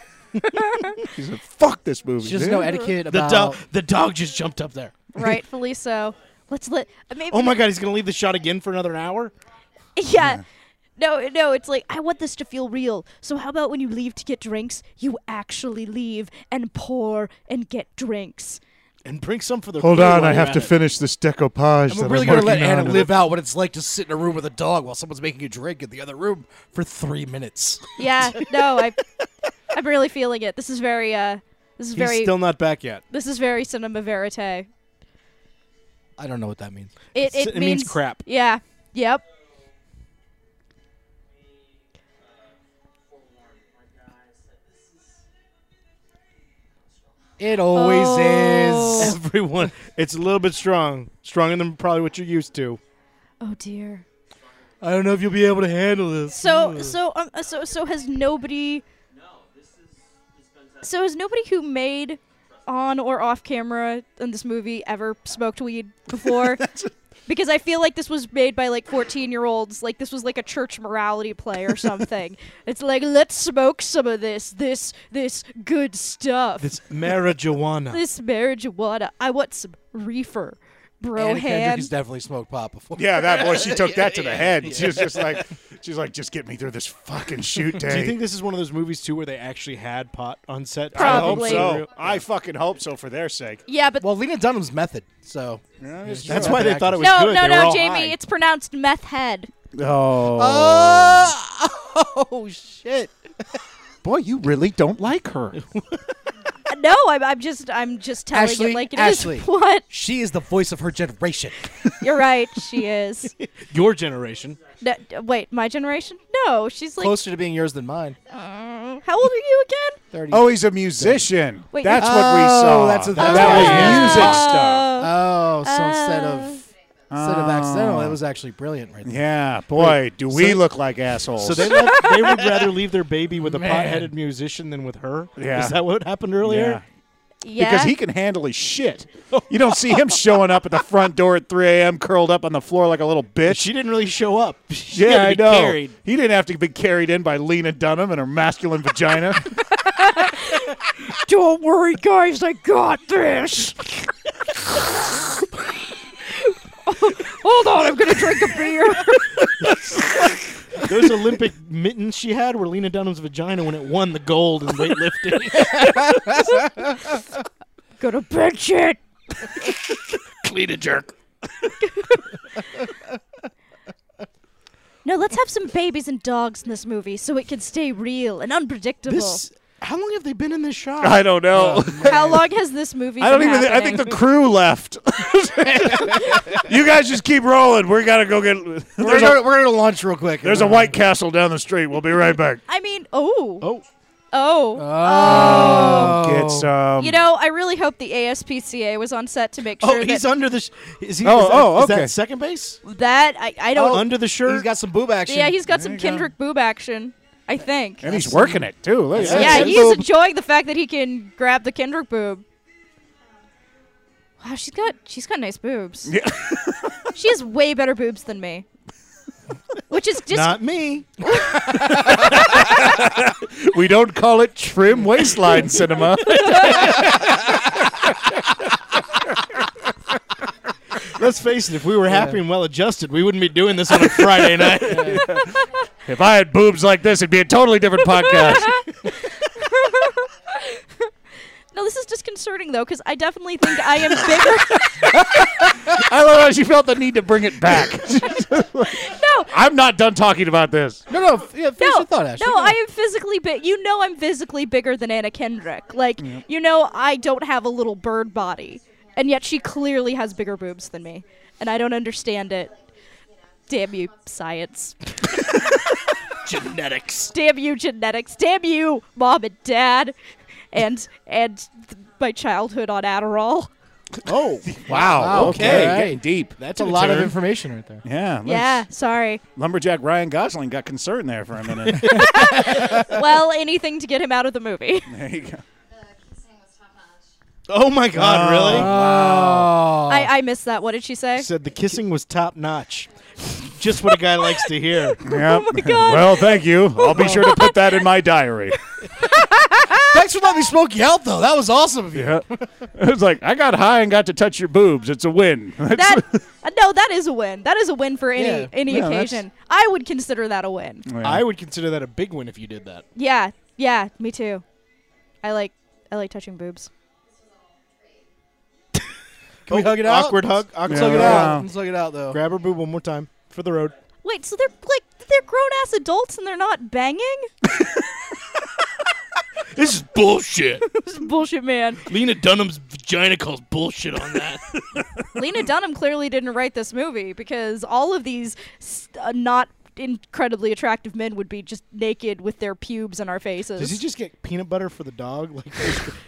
he said, "Fuck this movie." She doesn't dude." know etiquette The about. dog. The dog just jumped up there. rightfully so. Let's let. uh, Maybe. Oh my God, he's gonna leave the shot again for another hour. Yeah. No, no, it's like I want this to feel real. So how about when you leave to get drinks, you actually leave and pour and get drinks. And bring some for the. Hold crew on, while I you're have at to it. finish this decoupage. I'm that really I'm gonna let working Anna on. live out what it's like to sit in a room with a dog while someone's making a drink in the other room for three minutes. Yeah. No, I, I'm really feeling it. This is very. uh This is He's very. still not back yet. this is very cinema verite. I don't know what that means. It, It's- it, it means crap. Yeah. Yep. It always Oh. is. Everyone, it's a little bit strong, stronger than probably what you're used to. Oh dear. I don't know if you'll be able to handle this. Hmm. So so um, uh, so so has nobody. So has nobody who made on or off camera in this movie ever smoked weed before? because I feel like this was made by like 14 year olds. Like this was like a church morality play or something. it's like let's smoke some of this this this good stuff. This marijuana. This marijuana. I want some reefer. bro Anna Oh, hand. Kendrick's definitely smoked pot before. Yeah, that boy. She took that to the Yeah, head. yeah. She was just like, she's like, just get me through this fucking shoot day. Do you think this is one of those movies too where they actually had pot on set? I hope so. I fucking hope so for their sake. yeah, but well, Lena Dunham's method. So that's Yeah, true. she's why they not thought it acting. was good. no, no, They were no, all Jamie. high. It's pronounced meth head. Oh. Oh shit! boy, you really don't like her. Uh, No, I'm, I'm just, I'm just telling Ashley, it like it is. Ashley. What? She is the voice of her generation. You're right. She is. Your generation. No, d- wait, my generation? No, she's like. Closer to being yours than mine. uh, how old are you again? Thirty. Oh, he's a musician. Wait, that's you- what we Oh, saw. that's what that that was. was Uh, Yeah. music stuff. Oh. Oh, so instead of instead of Oh. accidental, it was actually brilliant right there. Yeah, boy, do we look like assholes. So they left, they would rather leave their baby with a Man. pot-headed musician than with her. Yeah. Is that what happened yeah. earlier? yeah. Because he can handle his shit. You don't see him showing up at the front door at 3 a.m. curled up on the floor like a little bitch. She didn't really show up. She yeah, had to I be know. Carried. He didn't have to be carried in by Lena Dunham and her masculine vagina. Don't worry, guys, I got this. Hold on, I'm gonna drink a beer. Those Olympic mittens she had were Lena Dunham's vagina when it won the gold in weightlifting. gonna bench it. Clean a jerk. No, let's have some babies and dogs in this movie so it can stay real and unpredictable. this. How long have they been in this shop? I don't know. How long has this movie? Uh, I don't been even. Think, I think the happening? crew left. you guys just keep rolling. We gotta go get. We're There's gonna, a, we're gonna launch real quick. there's a White Castle down the street. We'll be right back. I mean, oh, Oh. oh. Oh, Get some. you know, I really hope the ASPCA was on set to make Oh, sure he's that, under the. Sh- is he? Oh, is that, oh, is that okay. second base? Oh, that I, I don't. under the shirt. He's got some boob action. yeah, he's got There some you go. Kendrick boob action. I think. and he's working it too. Look at that. yeah, His he's boob. enjoying the fact that he can grab the Kendrick boob. Wow, she's got she's got nice boobs. Yeah. she has way better boobs than me. Which is just Not me. we don't call it trim waistline cinema. Let's face it. If we were happy and well adjusted, we wouldn't be doing this on a Friday night. if I had boobs like this, it'd be a totally different podcast. No, this is disconcerting though cuz I definitely think I am bigger. I love how she felt the need to bring it back. no. I'm not done talking about this. no, no. f- Yeah, finish No, your thought, Ashley. no, Go I ahead. am physically big. You know, I'm physically bigger than Anna Kendrick. Like, you know, I don't have a little bird body, and yet she clearly has bigger boobs than me, and I don't understand it. Damn you, science! Genetics. Damn you, genetics! Damn you, mom and dad, and and th- my childhood on Adderall. Oh, Wow. okay. Getting deep. that's a Took lot of turn. information right there. Yeah. let's- Yeah, sorry. Lumberjack Ryan Gosling got concerned there for a minute. well, anything to get him out of the movie. there you go. The kid's name was top notch. Oh my God! really? Oh, I I missed that. What did she say? Said the kissing was top notch. Just what a guy likes to hear. Yep. Well, thank you. I'll be sure to put that in my diary. thanks for letting me smoke you out, though. That was awesome of you. Yeah. It's like I got high and got to touch your boobs. It's a win. that uh, no, that is a win. That is a win for any Yeah. any Yeah, that's- occasion. I would consider that a win. I would consider that a big win if you did that. Yeah, yeah, me too. I like I like touching boobs. Can we hug it out? Awkward hug. Awkward Let's hug it Yeah. out. Wow. Let's hug it out, though. Grab her boob one more time for the road. Wait, so they're like they're grown ass adults and they're not banging? This is bullshit. this is bullshit, man. Lena Dunham's vagina calls bullshit on that. Lena Dunham clearly didn't write this movie because all of these s- uh, not incredibly attractive men would be just naked with their pubes in our faces. Does he just get peanut butter for the dog?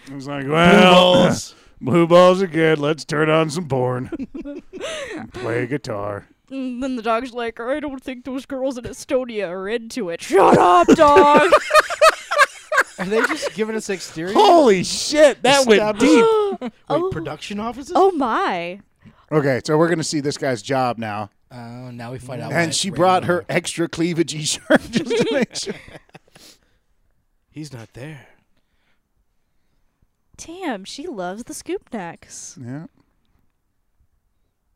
Like I was like, well, balls. blue balls are good. Let's turn on some porn. And Play guitar. And then the dog's like, I don't think those girls in Estonia are into it. Shut up, dog. Are they just giving us exterior? Holy shit, that went deep. wait, production offices? Oh my. Okay, so we're gonna see this guy's job now, Oh, now we find out. why and it's she rated brought R. her extra cleavage shirt just to make sure. He's not there. Damn, she loves the scoop necks. Yeah.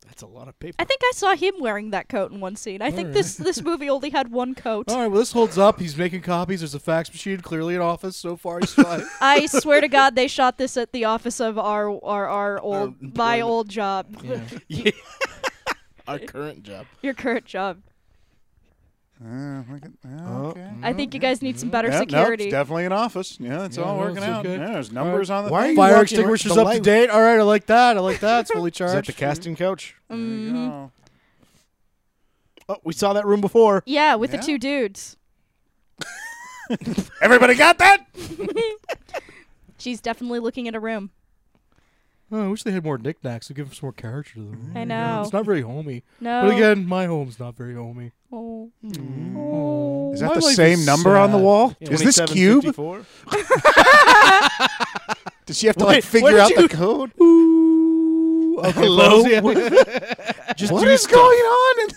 That's a lot of paper. I think I saw him wearing that coat in one scene. I think this this movie only had one coat. All right, well, this holds up. He's making copies. There's a fax machine clearly in office. So far, he's fine. I swear to God, they shot this at the office of our our, Uh, our old my old job, Our current job. your current job. Uh, look at- oh, okay. I think Mm-hmm. you guys need some better Yep, nope, security. it's definitely an office. Yeah, it's Yeah, all no, working it's out. okay. Yeah, there's numbers on the Why are thing. you Fire There extinguishers the up to light- date. All right, I like that. I like that. It's fully Is that charged. the casting couch? you Mm-hmm. go. Oh, we saw that room before. yeah, with Yeah. the two dudes. Everybody got that? She's definitely looking at a room. Oh, I wish they had more knickknacks to give them some more character to the room. I You know. It's not very homey. No. But again, my home's not very homey. Oh. Is My that the life same is uh, number on the sad. wall? Is this cube? 2754? Does she have to Wait, like what figure did out the you- code? Ooh. Okay, Hello? folks, yeah. Just What do is stuff. going on? in-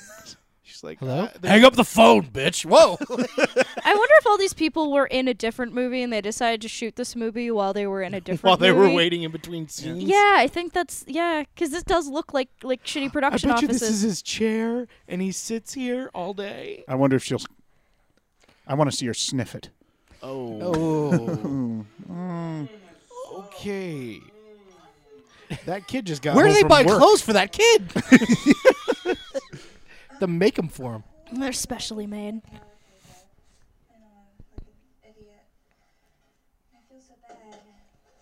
She's like, Hello? Hang up the phone, bitch. Whoa. I wonder if all these people were in a different movie and they decided to shoot this movie while they were in a different. while they were movie. waiting in between scenes. Yeah, I think that's yeah, because this does look like like shitty I bet production you this is offices. his chair, and he sits here all day. I wonder if she'll. I want to see her sniff it. Oh, Oh. okay. That kid just got. Where do home they from buy work. clothes for that kid? they make them for him. They're specially made. I know I'm like an idiot. I feel so bad.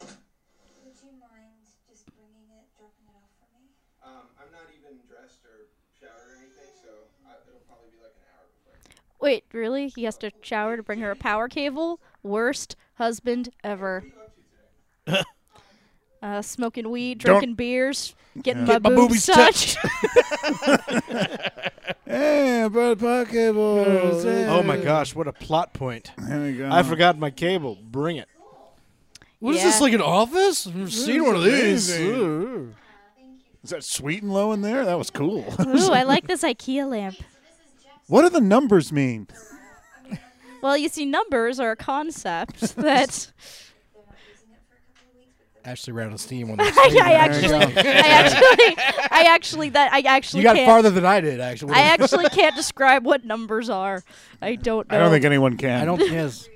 Would you mind just bringing it, dropping it off for me? Um, I'm not even dressed or showered or anything, so I, it'll probably be like an hour before. Wait, really? He has to shower to bring her a power cable? Worst husband ever. uh, smoking weed, drinking beers, getting my my, boobs boobies touched. touched. Hey, bird pocket balls. Oh my gosh, what a plot point! There we go. I forgot my cable. Bring it. What is Yeah. this like an office? I've never seen one of these. Ooh. Is that sweet and low in there? That was cool. Ooh, I like this IKEA lamp. what do the numbers mean? Well, you see, numbers are a concept that Ashley ran out of steam on this. I, I actually, I actually, I actually that I actually you got can't. farther than I did, actually. I actually can't describe what numbers are. I don't know. I don't think anyone can. I don't guess.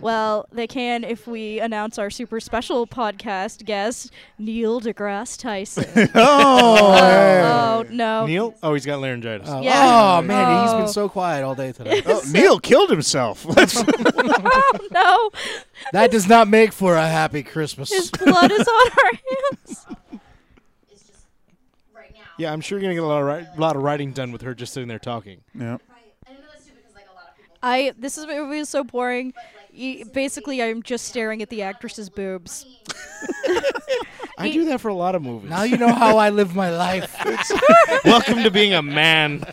Well, they can if we announce our super special podcast guest, Neil deGrasse Tyson. oh, oh, no. Neil? Oh, he's got laryngitis. Oh, Yeah. oh, man, he's Oh. been so quiet all day today. Oh, Neil killed himself. Let's- Oh, No, that does not make for a happy Christmas. his blood is on our hands. It's just right now. Yeah, I'm sure you're gonna get a lot of ri- lot of writing done with her just sitting there talking. yeah. I know that's stupid because like a lot of people. I this is movie is so boring. Y- basically, I'm just staring at the actress's boobs. I do that for a lot of movies. now you know how I live my life. Welcome to being a man.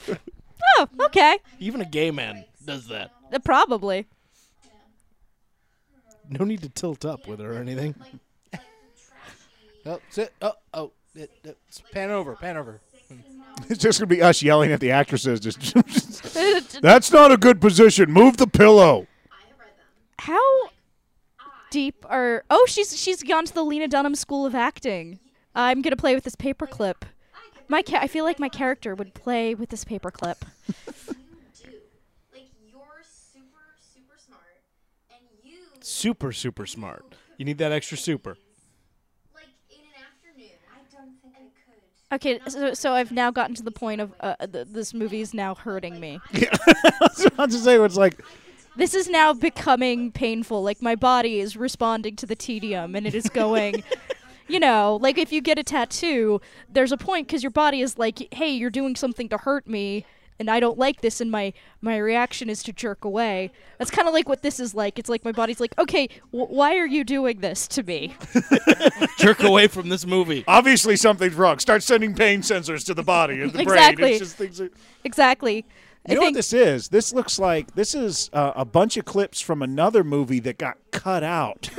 Oh, okay, Even a gay man does that. Uh, probably. No need to tilt up with her or anything. oh, sit. Oh, oh. it- it's pan over, pan over. It's just gonna be us yelling at the actresses. Just, that's not a good position. Move the pillow. How deep are? Oh, she's she's gone to the Lena Dunham School of Acting. I'm gonna play with this paperclip. My ca- I feel like my character would play with this paperclip. do. Like you're super, super smart, and you Super, super smart. You need that extra super. like in an afternoon. I don't think I could. Okay, so, so I've now gotten to the point of uh, th- this movie is now hurting me. That's what I'm just saying. It's like This is now becoming painful. Like my body is responding to the tedium, and it is going. You know, like if you get a tattoo, there's a point because your body is like, "Hey, you're doing something to hurt me, and I don't like this." And my my reaction is to jerk away. That's kind of like what this is like. It's like my body's like, "Okay, wh- why are you doing this to me?" Jerk away from this movie. obviously something's wrong. Start sending pain sensors to the body and the brain. Exactly. It's just things are- Exactly. I You know what think this is? This looks like this is uh, a bunch of clips from another movie that got cut out.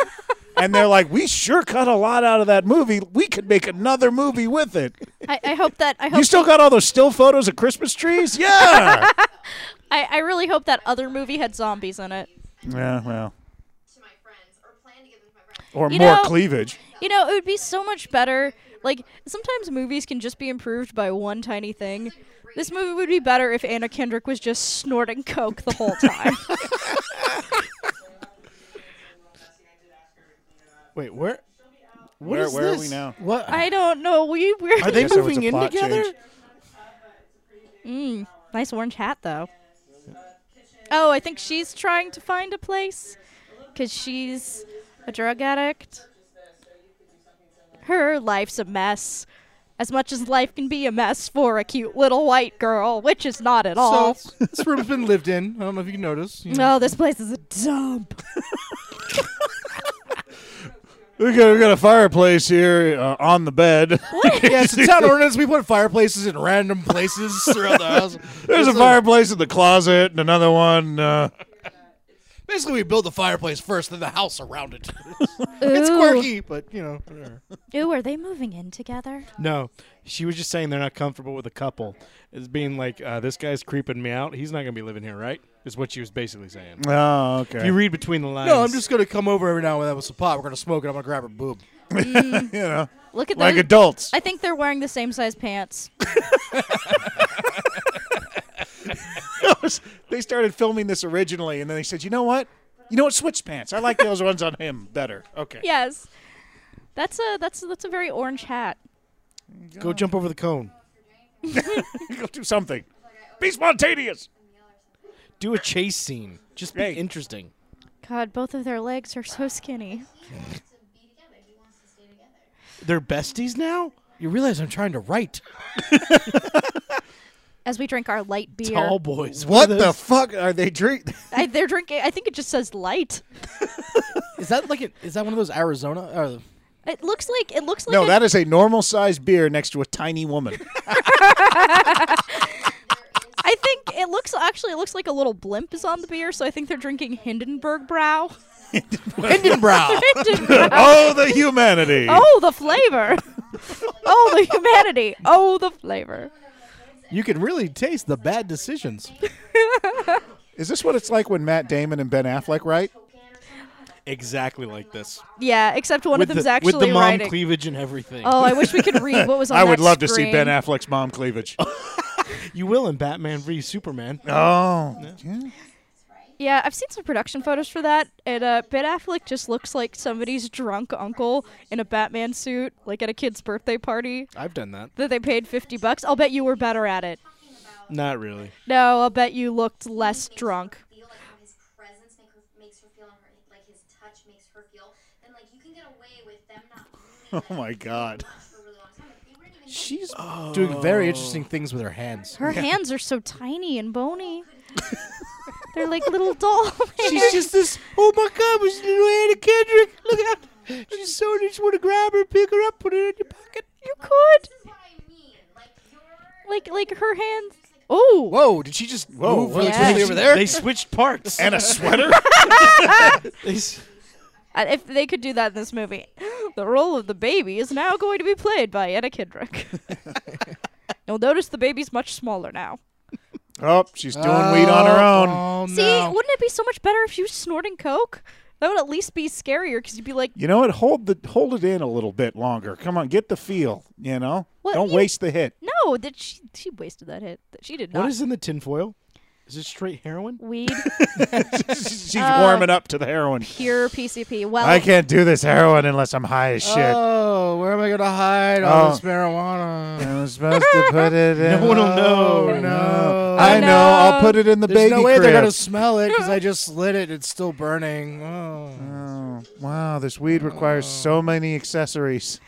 and they're like, we sure cut a lot out of that movie. We could make another movie with it. I, I hope that I hope You still got all those still photos of Christmas trees? Yeah. I, I really hope that other movie had zombies in it. yeah, well. To my friends, or plan to give them to my friends. Or You more know- cleavage. You know, it would be so much better. Like sometimes movies can just be improved by one tiny thing. This movie would be better if Anna Kendrick was just snorting coke the whole time. Wait, where? What Where- is where are we this? now? What? I don't know. We were. Are they moving in together? Mm, nice orange hat though. Oh, I think she's trying to find a place because she's a drug addict. Her life's a mess. As much as life can be a mess for a cute little white girl, which is not at all. So this room's been lived in. I don't know if you can notice. you know. No, this place is a dump. We got, we got a fireplace here uh, on the bed. yeah, it's a town ordinance. We put fireplaces in random places throughout the house. There's a fireplace in the closet and another one. Uh, Basically, we build the fireplace first, then the house around it. it's Ooh. quirky, but you know. whatever. Ooh, are they moving in together? No, she was just saying they're not comfortable with a couple. It's being like, uh, this guy's creeping me out. He's not going to be living here, right? Is what she was basically saying. oh, okay. If you read between the lines. No, I'm just gonna come over every now and then with some pot. We're gonna smoke it. I'm gonna grab her boob. Mm. you know, Look at like those- adults. I think they're wearing the same size pants. they started filming this originally, and then they said, "You know what? You know what? Switch pants. I like those ones on him better." Okay. yes, that's a that's that's a very orange hat. Go jump over the cone. Go do something. Be spontaneous. Do a chase scene. Just be interesting. God, both of their legs are so skinny. They're besties now. You realize I'm trying to write. As we drink our light beer, Tall boys. What are the those? fuck are they drink? I, they're drinking. I think it just says light. Is that like? A, is that one of those Arizona? Or, It looks like it looks like no, a- that is a normal sized beer next to a tiny woman. I think it looks actually it looks like a little blimp is on the beer, so I think they're drinking Hindenburg Brow. Hindenbrow. Hindenbrow. oh, the humanity. Oh, the flavor. oh, the humanity. Oh, the flavor. you can really taste the bad decisions. Is this what it's like when Matt Damon and Ben Affleck write? Exactly like this. Yeah, except one with of them's the, actually With the mom writing. cleavage and everything. Oh, I wish we could read what was on I would that love to see screen. Ben Affleck's mom cleavage. you will in Batman v Superman. oh. Yeah, I've seen some production photos for that, and uh, Ben Affleck just looks like somebody's drunk uncle in a Batman suit, like at a kid's birthday party. I've done that. That they paid fifty bucks. I'll bet you were better at it. Not really. No, I'll bet you looked less drunk. feel like how his presence make her, makes her feel, and her, like his touch makes her feel, then like you can get away with them not Oh my god. She's doing very interesting things with her hands. Her hands are so tiny and bony. They're like little doll. She's just this. Oh my God! Was little Anna Kendrick? Look out! She's so. You just want to grab her, pick her up, put her in your pocket. You could. Like like her hands. Oh. Whoa! Did she just move really Yeah. quickly over there? They switched parts. And a sweater? They s- Uh, If they could do that in this movie, the role of the baby is now going to be played by Anna Kendrick. You'll notice the baby's much smaller now. Oh, she's doing weed on her own. Oh, See, no. wouldn't it be so much better if she was snorting coke? That would at least be scarier because you'd be like, You know what? Hold the hold it in a little bit longer. Come on, get the feel. You know, Well, don't you- waste the hit. no, that she she wasted that hit. That she did not. what is in the tinfoil? Is it straight heroin? weed? She's warming up to the heroin. Pure PCP. Well, I can't do this heroin unless I'm high as shit. Oh, where am I gonna hide all Oh. this marijuana? I'm supposed to put it in. No one will know. Oh, no. I know. I'll put it in the There's baby no way crib. they're gonna smell it because I just lit it. It's still burning. Oh. Oh, wow, this weed requires so many accessories.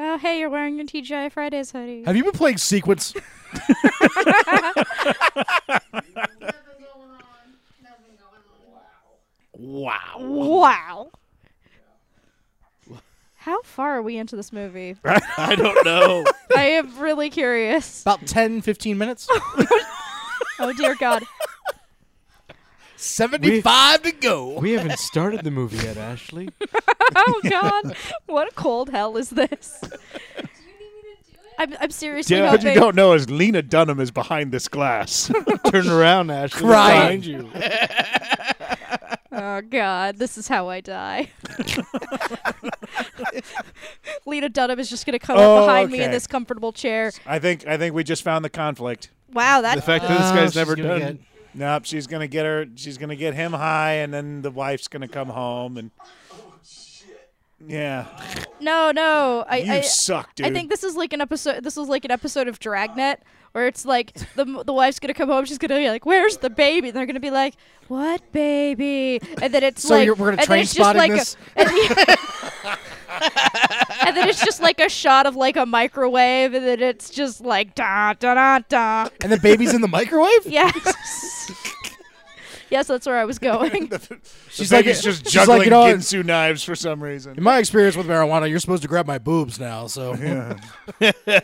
Oh, hey, you're wearing your TGI Fridays hoodie. Have you been playing Sequence? Wow. How far are we into this movie? I don't know. I am really curious. About 10, 15 minutes. Oh dear God. 75 to go. we haven't started the movie yet, Ashley. Oh God. What cold hell is this? I'm, I'm seriously Yeah, What hoping. you don't know is Lena Dunham is behind this glass. Turn around, Ashley. Crying. Behind you. Oh God, this is how I die. Lena Dunham is just going to come Oh, up behind me in okay. this comfortable chair. I think I think we just found the conflict. Wow, that- The fact that Ah, this guy's Oh, never she's gonna done- Nope, she's gonna get her. She's gonna get him high, and then the wife's gonna come home and. Yeah. No, no. I, You I, suck, I dude. think this is like an episode. This was like an episode of Dragnet, where it's like the m- the wife's gonna come home. She's gonna be like, "Where's the baby?" And they're gonna be like, "What baby?" And then it's So like, you're- we're gonna and then train it's just spot in like, a- this? and, the- and then it's just like a shot of like a microwave, and then it's just like da da da da. And the baby's in the microwave? Yes. yes, that's where I was going. She's like, it's it's just juggling Ginsu knives for some reason. In my experience with marijuana, you're supposed to grab my boobs now, so.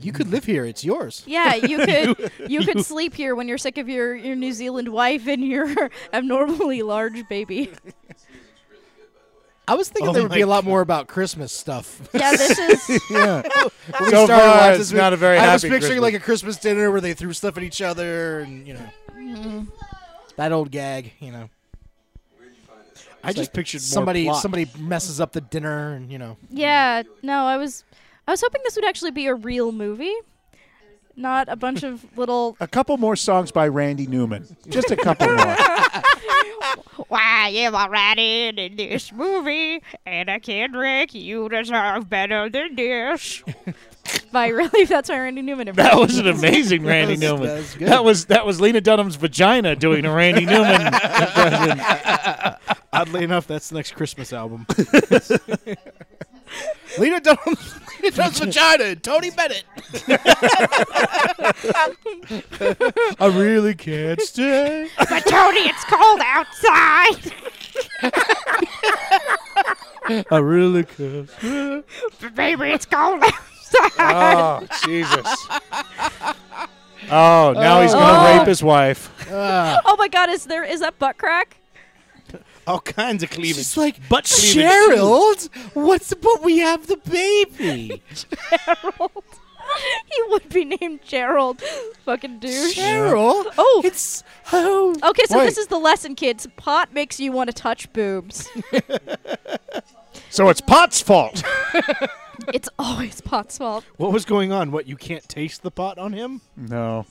you could live here. It's yours. Yeah, you could you, could sleep here when you're sick of your, your New Zealand wife and your abnormally large baby. I was thinking Oh there would my be a lot more about Christmas stuff. Yeah, this is- yeah. So far, it's not a very I was happy picturing Christmas. like a Christmas dinner where they threw stuff at each other, and you know Mm-hmm. that old gag. You know, I just pictured more somebody plot. somebody messes up the dinner, and you know, Yeah, no, I was I was hoping this would actually be a real movie, not a bunch of little A couple more songs by Randy Newman. Just a couple more. Why am I writing in this movie? And I can't rank you deserve better than this. by really that's our Randy Newman That was an amazing Randy That was- Newman. that That was was, good. that was Lena Dunham's vagina doing a Randy Newman impression. Oddly enough, that's the next Christmas album. Lena Dunham, Lena Dunham's vagina, Tony Bennett. I really can't stay. But Tony, it's cold outside. I really can't. stay. But baby, it's cold outside. Ah, Oh, Jesus. Oh, now he's gonna Oh. rape his wife. oh my God, is there is that butt crack? All kinds of cleavage. She's like, butt cleavage. Gerald, what's but we have the baby. Gerald. He would be named Gerald. Fucking douche. Gerald? Oh. It's. Oh. Okay, so Wait. this is the lesson, kids. Pot makes you want to touch boobs. So it's Pot's fault. it's always pot's fault. What was going on? What, you can't taste the pot on him? No.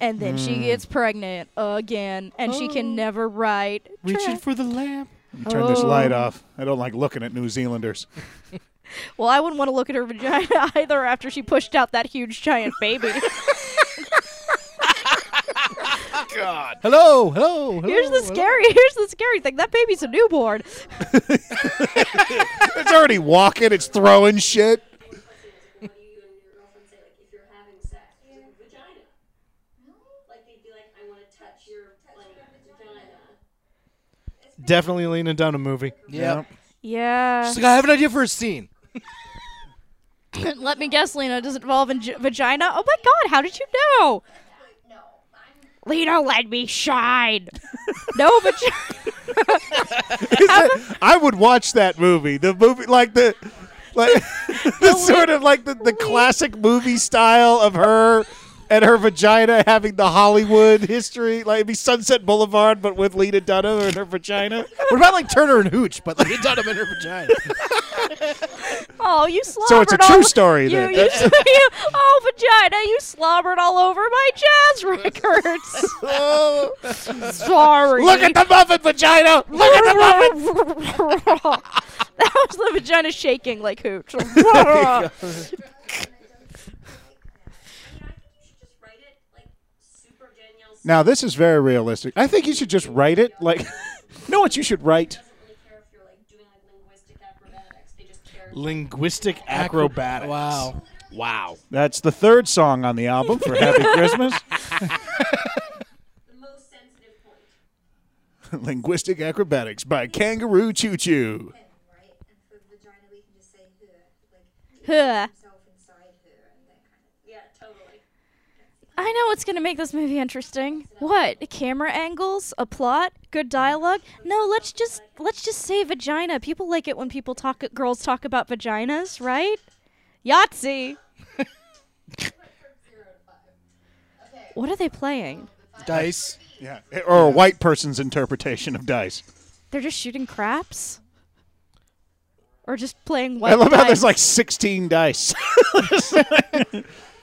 And then she Mm. gets pregnant again, and she Oh. can never write. Reaching track. for the lamp. You turn this light Oh. off. I don't like looking at New Zealanders. Well, I wouldn't want to look at her vagina either after she pushed out that huge giant baby. God. Hello, hello, hello. here's Oh. the scary. Here's the scary thing. That baby's a newborn. It's already walking. It's throwing shit. Definitely Lena Dunham movie. Yep. Yeah. She's like, I have an idea for a scene. Let me guess, Lena. Does it involve in vagina? Oh my God! How did you know? Lena, let me shine. No vagina. Is that- I would watch that movie. The movie, like the, like the sort of like the, the classic movie style of her and her vagina having the Hollywood history, like it'd be Sunset Boulevard, but with Lena Dunham and her vagina. What about like Turner and Hooch, but Lena Dunham and her vagina? Oh, you slobbered. So it's a all true over- story You, then. you, That's- you- oh, vagina! You slobbered all over my jazz records. Sorry. Look at the muffin vagina. Look at the muffin. that was the vagina shaking like hooch. Now this is very realistic. I think you should just write it. Like, know what you should write. Linguistic acrobatics. Wow. Wow. That's the third song on the album for Happy Christmas. Linguistic Acrobatics by Kangaroo Choo Choo. Huh. I know what's going to make this movie interesting. What? Camera angles, a plot, good dialogue? No, let's just let's just say vagina. People like it when people talk girls talk about vaginas, right? Yahtzee. what are they playing? Dice. Yeah. Or a white person's interpretation of dice. They're just shooting craps? Or just playing white I love dice? how there's like 16 dice.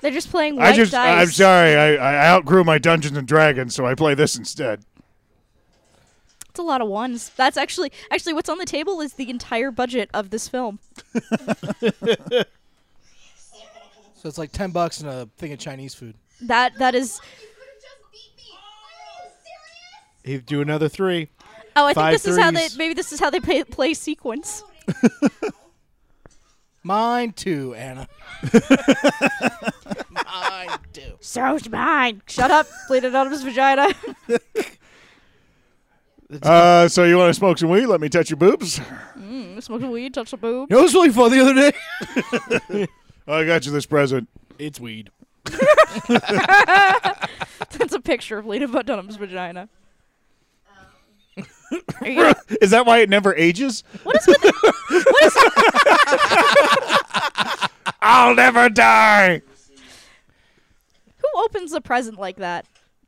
They're just playing white I just, dice. I'm sorry, I, I outgrew my Dungeons and Dragons, so I play this instead. It's a lot of ones. That's actually actually what's on the table is the entire budget of this film. So it's like ten bucks and a thing of Chinese food. That that is Oh! He do another three. Oh, I think Five this is how they threes. maybe this is how they play, play sequence. Mine too, Anna. I do. So's mine. Shut up. Bleed it out of his vagina. Uh, so you want to smoke some weed? Let me touch your boobs. mm, smoking weed, touch the boob. You know, it was really fun the other day. I got you this present. It's weed. That's a picture of Lena Dunham's vagina. Are you- Is that why it never ages? What is with the, what is I'll never die. Who opens a present like that?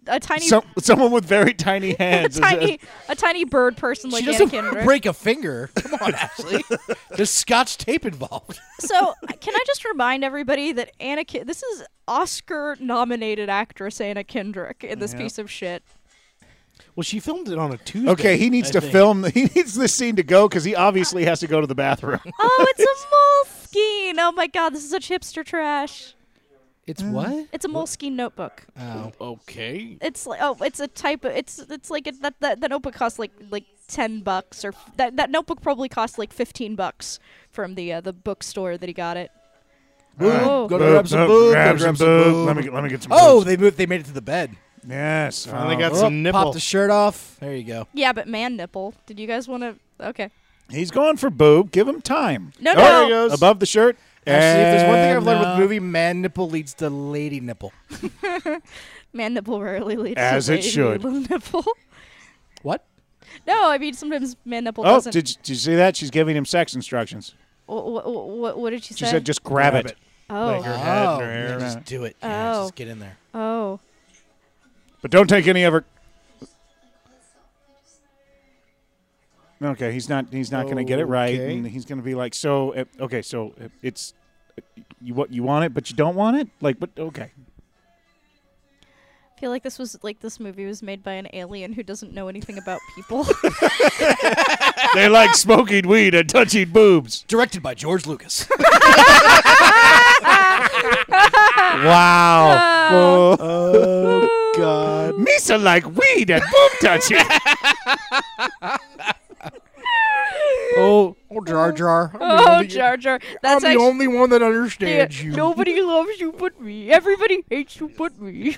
A tiny Some, someone with very tiny a hands. is- tiny a tiny bird person like she doesn't Anna Kendrick. break a finger. Come on, Ashley. There's scotch tape involved. so can I just remind everybody that Anna Ki- this is Oscar nominated actress Anna Kendrick in this Yeah. piece of shit. Well, she filmed it on a Tuesday. okay, he needs I to think. film. He needs this scene to go because he obviously has to go to the bathroom. Oh, it's a Moleskine. Oh my god, this is such hipster trash. It's Mm. what? It's a Moleskine notebook. Oh, okay. It's like oh, it's a type of it's it's like it, that, that that notebook costs like like ten bucks or f- that that notebook probably cost like fifteen bucks from the uh, the bookstore that he got it. Boob. Oh. Go to Boob, grab some boob, boob, go grab grab some some boob. boob. Let me get- let me get some Oh, boobs. they moved. They made it to the bed. Yes, um, Finally got some nipple. Pop the shirt off. There you go. Yeah, but man nipple. Did you guys want to? Okay. He's going for boob. Give him time. No, Oh, no. there he goes. Above the shirt. Actually, if there's one thing I've And learned with now- the uh, movie, man nipple leads to lady nipple. Man nipple rarely leads As to it lady should. nipple. What? No, I mean sometimes man nipple Oh, doesn't. did you, did you see that? She's giving him sex instructions. what, what, did she, She say? said just grab, Grab it. it. Oh. Like her head and her hair and just that. do it. Oh. Yeah, just get in there. Oh. But don't take any of her. Okay, he's not. He's not going to get it right, Okay. and he's going to be like, "So, uh, okay, so uh, it's uh, you what you want it, but you don't want it. Like, but okay, I feel like this was like this movie was made by an alien who doesn't know anything about people. they like smoking weed and touching boobs." Directed by George Lucas. wow. Oh, Oh, God. Misa like weed and boob touching. oh, oh, Jar Jar. I'm the oh, only- Jar Jar. I'm That's the actually, only one that understands Yeah, you. Nobody loves you but me. Everybody hates you but me.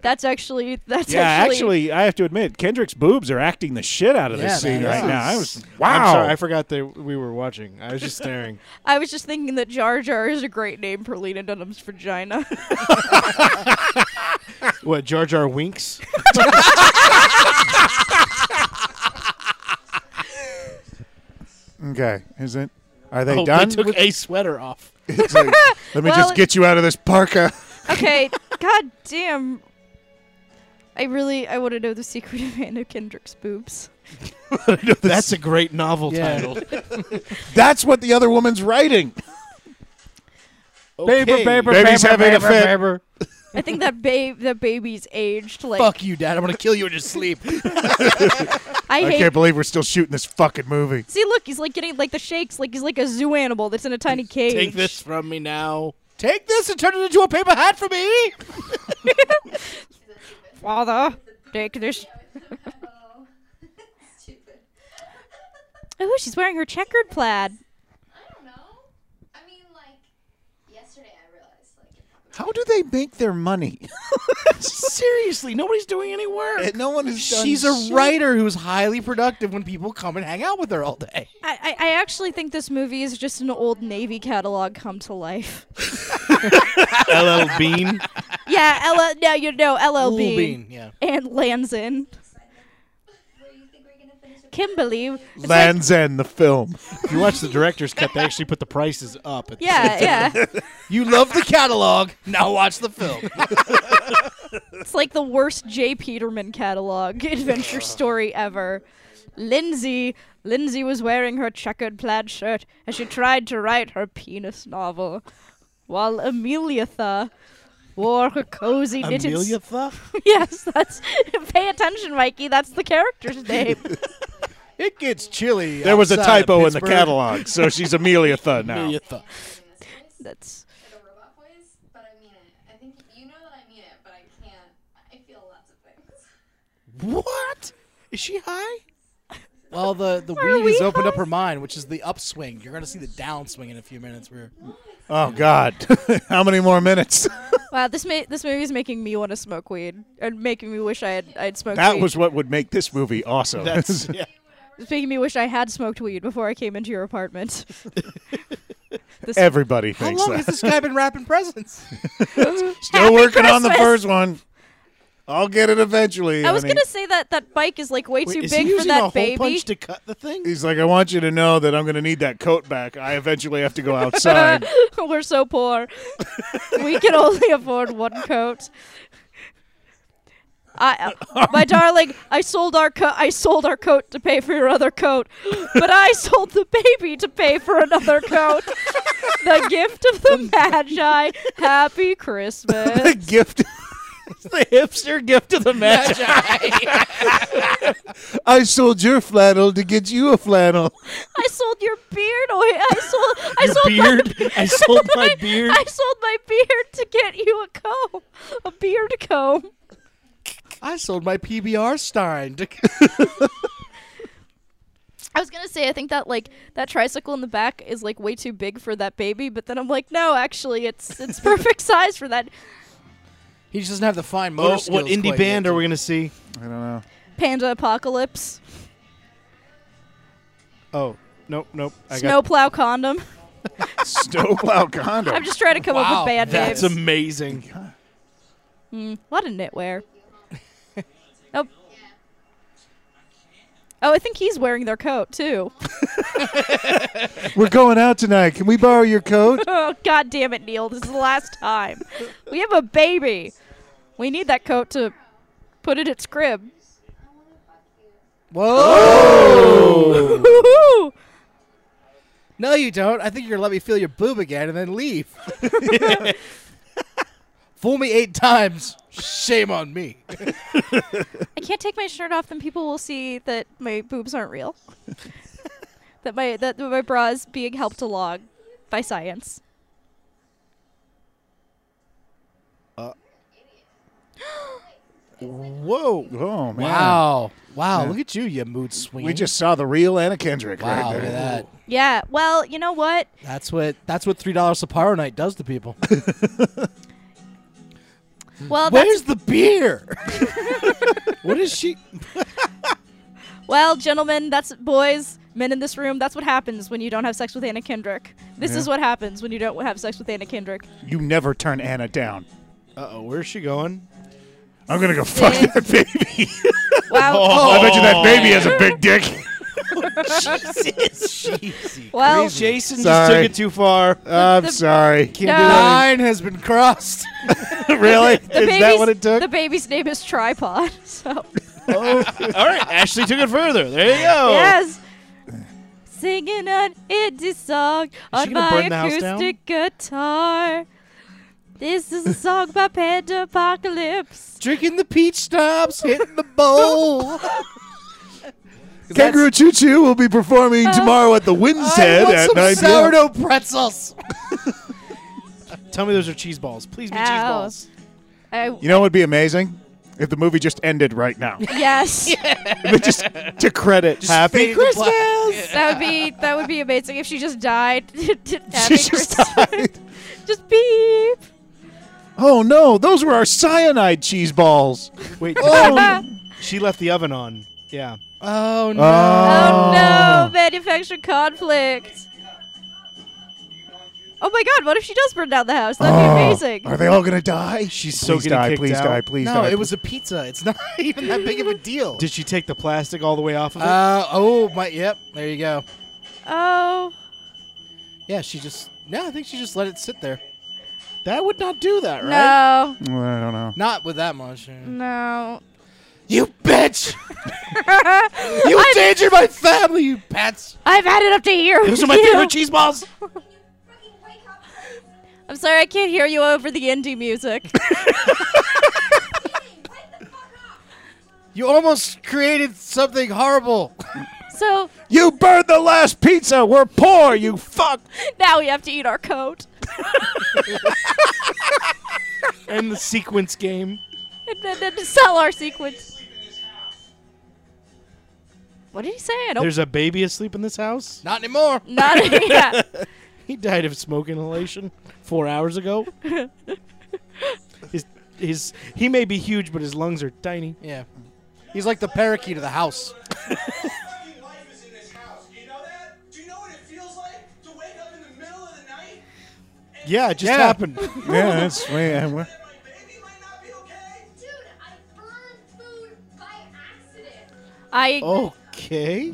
That's actually that's yeah, actually, actually, I have to admit, Kendrick's boobs are acting the shit out of Yeah, this scene man, right this now. I is- was I'm wow. sorry, I forgot that we were watching. I was just staring. I was just thinking that Jar Jar is a great name for Lena Dunham's vagina. what Jar Jar winks? Okay, is it? Are they Oh, done? took with- a sweater off. It's like, Let me Well, just get you out of this parka. okay, god damn. I really I want to know the secret of Anna Kendrick's boobs. That's a great novel Yeah. title. That's what the other woman's writing. Okay. Paper, paper, Baby's paper, having a paper, fit. paper. I think that babe that baby's aged like Fuck you, Dad. I'm gonna kill you in your sleep. I hate can't believe we're still shooting this fucking movie. See, look, he's like getting like the shakes, like he's like a zoo animal that's in a tiny cage. Take this from me now. Take this and turn it into a paper hat for me. Father, take this. Ooh, she's wearing her checkered plaid. I don't know. I mean, like yesterday, I realized like it probably How do they make their money? Seriously, nobody's doing any work. And no one has done She's a shit. writer who's highly productive when people come and hang out with her all day. I, I, I actually think this movie is just an old Navy catalog come to life. LL Bean. yeah, L. No, you know LL Lil Bean. Bean, yeah. And Lands in. Kimberly. it's Land's End, the film. If you watch the director's cut, they actually put the prices up. At the Yeah, yeah. You love the catalog. Now watch the film. It's like the worst J. Peterman catalog adventure story ever. Lindsay, Lindsay was wearing her checkered plaid shirt as she tried to write her penis novel, while Ameliatha wore her cozy knitted. s- Ameliatha? yes, that's. Pay attention, Mikey. That's the character's name. It gets chilly. There was a outside of typo in the Pittsburgh. catalog, so she's Amelia Thud now. Amelia Thud. That's. I think you know that I mean it, but I can't. I feel lots of things. What? Is she high? Well, the the Are weed we has opened up her mind, which is the upswing. You're gonna see the downswing in a few minutes. Where Oh God, how many more minutes? Wow, this ma- this movie is making me want to smoke weed and making me wish I had I'd smoked. That weed. was what would make this movie awesome. That's- yeah. It's making me wish I had smoked weed before I came into your apartment. This- Everybody thinks that. been wrapping presents? Still working on the Christmas. first one. I'll get it eventually. I was honey. gonna say that that bike is like way too is big he for using a that hole baby. punch to cut the thing? He's like, I want you to know that I'm going to need that coat back. I eventually have to go outside. uh, We're so poor. we can only afford one coat. I, uh, my darling, I sold our co- I sold our coat to pay for your other coat, but I sold the baby to pay for another coat. the gift of the magi. Happy Christmas. gift. the hipster gift of the match. I sold your flannel to get you a flannel. I sold your beard. Oh, I sold. I Your sold My, beard? I sold my beard? I sold my beard to get you a comb, a beard comb. I sold my PBR starring. To- I was gonna say I think that like that tricycle in the back is like way too big for that baby, but then I'm like, no, actually, it's it's perfect size for that he just doesn't have the fine motor Oh, skills. what indie quite band yet. are we gonna see? I don't know. panda apocalypse Oh, nope, nope. I got snowplow condom. Snowplow condom. I'm just trying to come up with bad That's names. amazing. Mm, a lot of knitwear. oh. Oh, I think he's wearing their coat too. We're going out tonight. Can we borrow your coat? Oh, God damn it, Neil. This is the last time. We have a baby. We need that coat to put in its crib. Whoa! Woohoo! no, you don't. I think you're gonna let me feel your boob again and then leave. Fool me eight times. Shame on me. I can't take my shirt off, then people will see that my boobs aren't real. that my that my bra is being helped along by science. Whoa! Oh, man. Wow! Wow! Yeah. Look at you, you mood swing. We just saw the real Anna Kendrick wow! right Look there. at that. Yeah. Well, you know what? That's what that's what three dollars Sapporo night does to people. Well, Where's that's, the beer? what is she? well, gentlemen, that's boys, men in this room. That's what happens when you don't have sex with Anna Kendrick. This is Yeah. what happens when you don't have sex with Anna Kendrick. You never turn Anna down. Uh oh, where's she going? I'm going to go fuck Sick. that baby. Wow. I bet you Oh. that baby has a big dick. Well, Jason just Sorry. took it too far. I'm The- sorry. No. Line has been crossed. really? Is the baby's, that what it took? The baby's name is Tripod. So All right, Ashley took it further. There you Oh. go. yes, singing an indie song on gonna my burn the house down? acoustic guitar. This is a song by Panda Apocalypse. Drinking the peach schnapps, hitting the bowl. 'Cause Kangaroo Choo Choo will be performing tomorrow at the Wind's that's- Oh. I Head want at some 9 p.m. sourdough pretzels. Tell me those are cheese balls. Please be cheese Ow. balls. I, You know what would be amazing? If the movie just ended right now. yes, But just to credit, Happy fade to black. Christmas! that would be that would be amazing if she just died. She Happy just Christmas. died. Just beep. Oh no, those were our cyanide cheese balls. Wait, Oh. Ah. did she, she left the oven on. Yeah. Oh no! Oh Oh. no, manufactured conflict. Oh my god, what if she does burn down the house? That'd be amazing. Oh. Are they all gonna die? She's so please getting die, kicked please out. die, please no, die. it was a pizza. It's not even that big of a deal. Did she take the plastic all the way off of it? Uh oh my yep there you go oh yeah she just no I think she just let it sit there that would not do that right no Well, Mm, I don't know. not with that much yeah. no you bitch you you endangered my family you pets I've had it up to here Those are with my you. favorite cheese balls I'm sorry I can't hear you over the indie music you almost created something horrible so You burned the last pizza. We're poor. You fuck. now we have to eat our coat And the sequence game. and then, then to sell our sequence what did he say I don't There's a baby asleep in this house. not anymore Not- yeah. he died of smoke inhalation four hours ago. his, his, he may be huge, but his lungs are tiny. yeah he's like the parakeet of the house Life is in this house. Do you know that? Do you know what it feels like to wake up in the middle of the night? Yeah, it just Yeah. happened. Yeah, that's way. yeah, we're- I Oh. Okay. you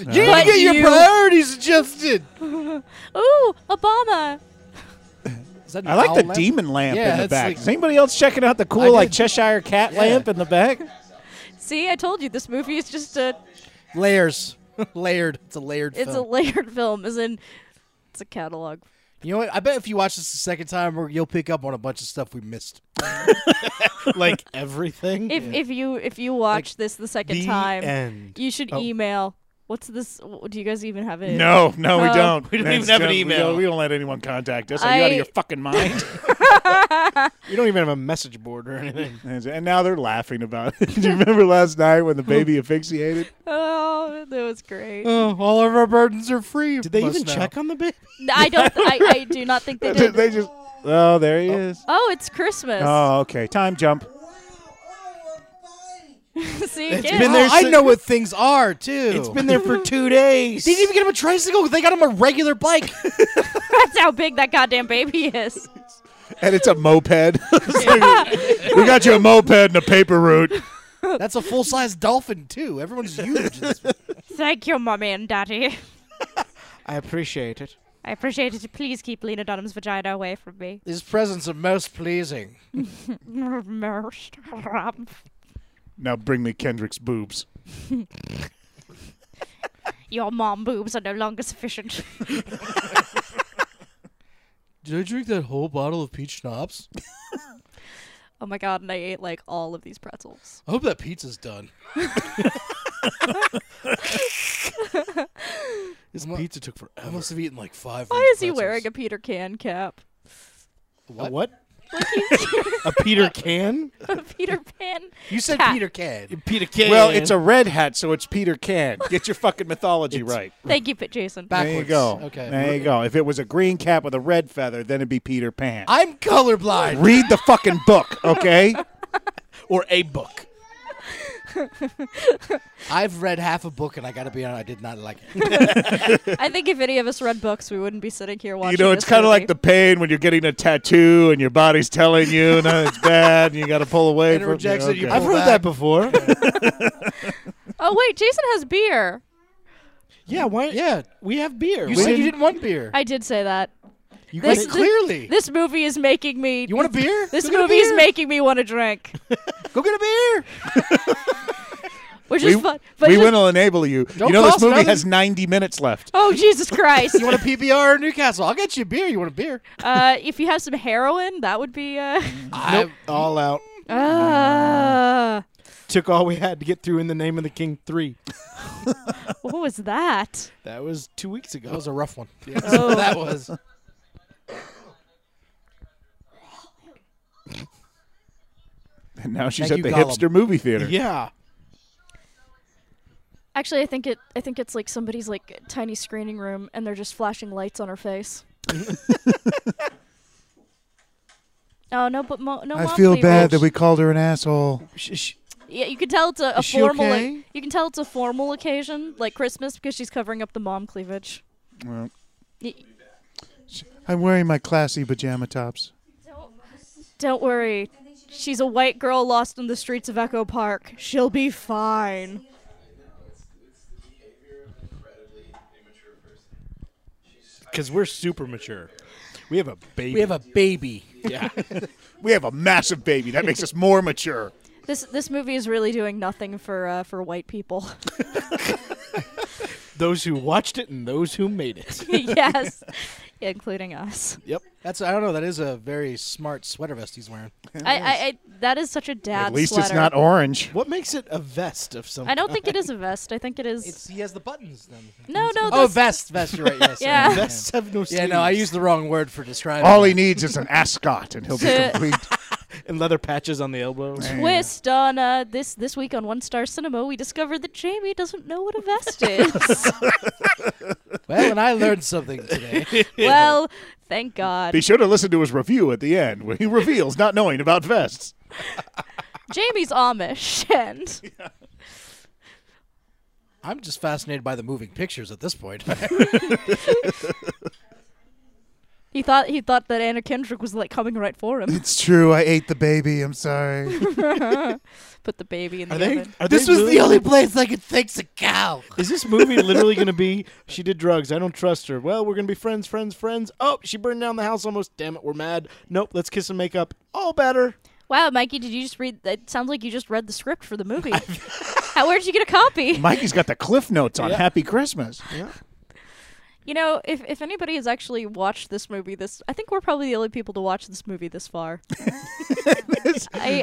But didn't get your you- priorities adjusted Ooh, Obama. I like the owl lamp? demon lamp Yeah, in the it's back. like- Is anybody else checking out the cool like Cheshire cat lamp in the back? See, I told you this movie is just a layers layered it's a layered it's a film. layered film, as in it's a catalog. you know what I bet if you watch this the second time we're- you'll pick up on a bunch of stuff we missed like everything. If if you if you watch this the second the time, end. you should Oh. email. What's this? Do you guys even have it? No, no, we Oh. don't. We don't That's even have an dumb. We email. don't- We don't let anyone contact us. Are you out I- of your fucking mind? You don't even have a message board or anything. and now they're laughing about it. Do you remember last night when the baby asphyxiated? Oh, that was great. Oh, all of our burdens are free. Did they Must even now. check on the baby? No, I don't. I, I do not think they they did. they just. Oh, there he is. Oh, it's Christmas. Oh, okay. Time jump. See, It's yeah. been there. I know what things are too. It's been there for two days. They didn't even get him a tricycle. They got him a regular bike. That's how big that goddamn baby is. And it's a moped. It's like, we got you a moped and a paper route. That's a full size dolphin too. Everyone's huge. in this- Thank you, mommy and daddy. I appreciate it. I appreciate it. Please keep Lena Dunham's vagina away from me. His presents are most pleasing. Most. Now bring me Kendrick's boobs. Your mom boobs are no longer sufficient. Did I drink that whole bottle of peach schnapps? Oh my god, and I ate like all of these pretzels. I hope that pizza's done. This What? pizza took I forever. must have eaten like five. Why is he wearing a Peter Can cap? A what? a Peter can? Peter Pan? You said Cat. Peter Can. Peter can. Well, it's a red hat, so it's Peter Can. Get your fucking mythology It's- right. Thank you, Pit Jason. There you Backwards. go. Okay. There you go. If it was a green cap with a red feather, then it'd be Peter Pan. I'm colorblind. Read the fucking book, okay? or a book. I've read half a book and I gotta be honest, I did not like it. I think if any of us read books, we wouldn't be sitting here you watching. know, it's kind of like the pain when you're getting a tattoo and your body's telling you no, it's bad and you got to pull away And it from rejects it, you okay. I've Pull heard back. that before. Oh wait, Jason has beer. yeah, why? Yeah, We have beer. you We- said you didn't want beer. I did say that. you This- guys- this- clearly. this movie is making me. you want a beer? This Go get a movie is beer. making me want to drink, Go get a beer. which We, is fun. But we just- will enable you. Don't you know, this cost movie nothing. has 90 minutes left. Oh Jesus Christ! You want a PBR in Newcastle? I'll get you a beer. You want a beer? uh, if you have some heroin, that would be. Uh, nope. All out. Ah. Took all we had to get through in the name of the king three. what was that? That was two weeks ago. That was a rough one. Oh. that was. And now she's Thank at the you, Gollum. hipster movie theater. yeah. Actually, I think it. I think it's like somebody's like tiny screening room, and they're just flashing lights on her face. oh no, but mo- no. mom, please. called her an asshole. Sh- sh- Yeah, you can tell it's a, a Is she formal. okay? You can tell it's a formal occasion, like Christmas, because she's covering up the mom cleavage. Well, Y- I'm wearing my classy pajama tops. Don't worry, she's a white girl lost in the streets of Echo Park. She'll be fine. Because we're super mature. We have a baby. We have a baby. Yeah. we have a massive baby. That makes us more mature. This this movie is really doing nothing for uh, for white people. Those who watched it and those who made it. yes, including us. Yep. That's I don't know. That is a very smart sweater vest he's wearing. I, I, I that is such a dad. sweater. orange. What makes it a vest of some? I don't think it is a vest. I think it is. he has the buttons then. No, no. Oh, this- vest, vest. You're right. Yes. sorry, yeah. Vests have no. Yeah, no. I used the wrong word for describing. All it. he needs is an ascot, and he'll be To- complete. and leather patches on the elbows. Twist on uh, this this week on One Star Cinema, we discovered that Jamie doesn't know what a vest is. Well, and I learned something today. well, thank God. Be sure to listen to his review at the end, where he reveals not knowing about vests. Jamie's Amish, and I'm just fascinated by the moving pictures at this point. he thought he thought that Anna Kendrick was like coming right for him. It's true. I ate the baby. I'm sorry. Put the baby in the oven. This was the only place I could fix a cow. Is this movie literally going to be? She did drugs. I don't trust her. Well, we're going to be friends, friends, friends. Oh, she burned down the house almost. Damn it, we're mad. Nope, let's kiss and make up. All better. Wow, Mikey, did you just read? It sounds like you just read the script for the movie. How where'd you get a copy? Mikey's got the cliff notes on Yeah. Happy Christmas. You know, if if anybody has actually watched this movie, this I think we're probably the only people to watch this movie this far. I,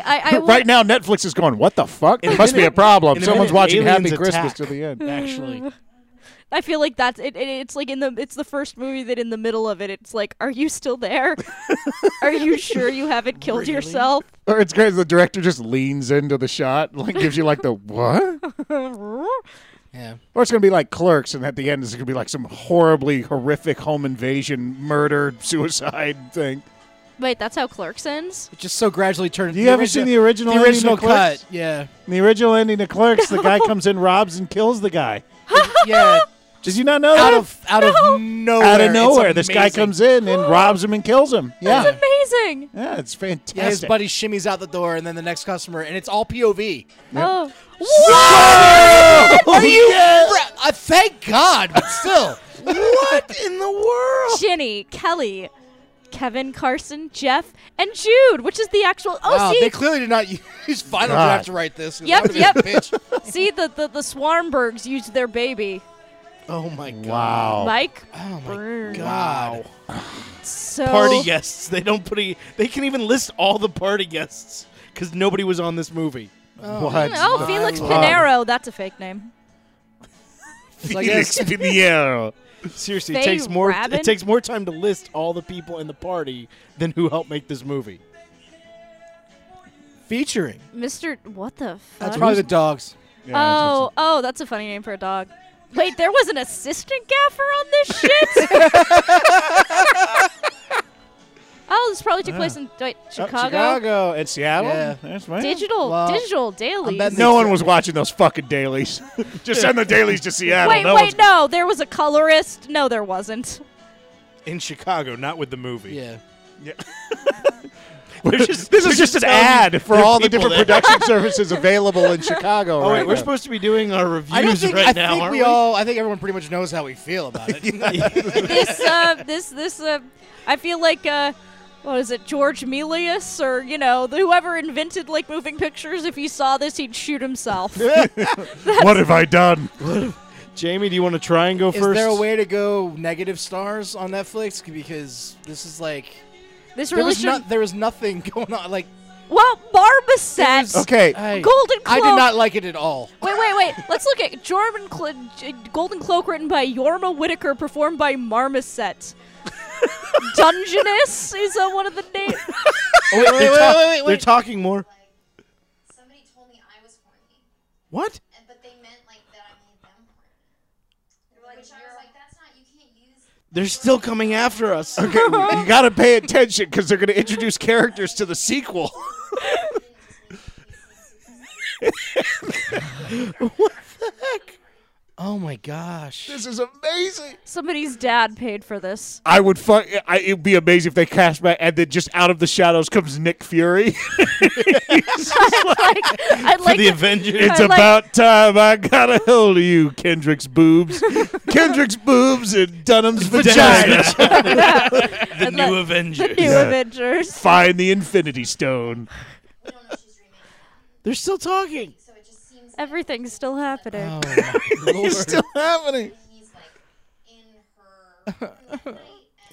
I, I right now, Netflix is going, what the fuck? There must be a problem. in a Someone's minute, watching aliens Happy Christmas to attack. the end. Mm. Actually. I feel like that's it, it. It's like in the it's the first movie that in the middle of it, it's like, are you still there? are you sure you haven't killed yourself? Or it's great. The director just leans into the shot, like gives you like the what? Yeah. Or it's gonna be like Clerks, and at the end it's gonna be like some horribly horrific home invasion, murder, suicide thing. Wait, that's how Clerks ends. Just so gradually turned. You ever seen the original? The ending original of Clerks? cut. Yeah. In the original ending of Clerks, the guy comes in, robs, and kills the guy. yeah. Did you not know Out that? of out of nowhere. Out of It's nowhere, this guy amazing. comes in and robs him and kills him. Yeah, That's amazing. yeah, it's fantastic. Yeah, his buddy shimmies out the door, and then the next customer, and it's all POV. Oh. What? Are you? Yes. fr- uh, thank God, but still. what in the world? Ginny, Kelly, Kevin Carson, Jeff, and Jude, which is the actual. Oh, wow, see, they clearly did not use Final God. Draft to write this. 'cause that would've Yep, been yep. a bitch. see the the, the Swarmbergs used their baby, Oh my god. Wow. Mike. Oh my Brr. Wow. So Party guests. They don't put. A, they can even list all the party guests because nobody was on this movie. What? Oh, the Felix fuck? Pinero. That's a fake name. like Felix Pinheiro. Seriously, Faye it takes more. Rabin? It takes more time to list all the people in the party than who helped make this movie. Featuring. Mr. What the fuck? That's probably the dogs. oh, oh, that's a funny name for a dog. Wait, there was an assistant gaffer on this shit? oh, this probably took place in wait, Chicago? Chicago and Seattle. Yeah. That's right. Digital, Well, digital daily. betting Wait, No one was watching those fucking dailies. Just send the dailies to Seattle. no wait, one's- no, there was a colorist. No, there wasn't. In Chicago, not with the movie. Yeah. We're just- this we're is just an telling ad for the all the people different that- production services available in Chicago. Oh right wait, we're now. supposed to be doing our reviews I don't think, right I now, think aren't we, all. I think everyone pretty much knows how we feel about it. this, uh, this, this, uh, I feel like, uh, what is it, George Melius or, you know, the- whoever invented, like, moving pictures, if he saw this, he'd shoot himself. what have I done? Jamie, do you want to try and go Is first? there a way to go negative stars on Netflix? Because this is like This there really was, should. no, there was nothing going on. Like well, Barbasat. Okay. I, Golden I Cloak. did not like it at all. Wait, wait, wait. Let's look at Jorman Cl- J- Golden Cloak written by Yorma Whitaker, performed by Marmoset. Dungeness is uh, one of the names. Oh, wait, wait, they're, wait, talk- wait, wait, they're wait. talking more. Somebody told me I was horny, What? and but they meant like that I made them horny. Which I was like, that's not you can't use. They're still coming after us. Okay, you got to pay attention because they're going to introduce characters to the sequel. what the heck? Oh my gosh. This is amazing. Somebody's dad paid for this. I would fuck. I, it'd be amazing if they cast back, and then just out of the shadows comes Nick Fury. I'd like, I'd like to- It's I'd like- about time I got a hold of you, Kendrick's boobs, Kendrick's boobs, and Dunham's vagina. I'd like- The new Yeah. Avengers. Find the Infinity Stone. They're still talking. Everything's still happening. It's still happening.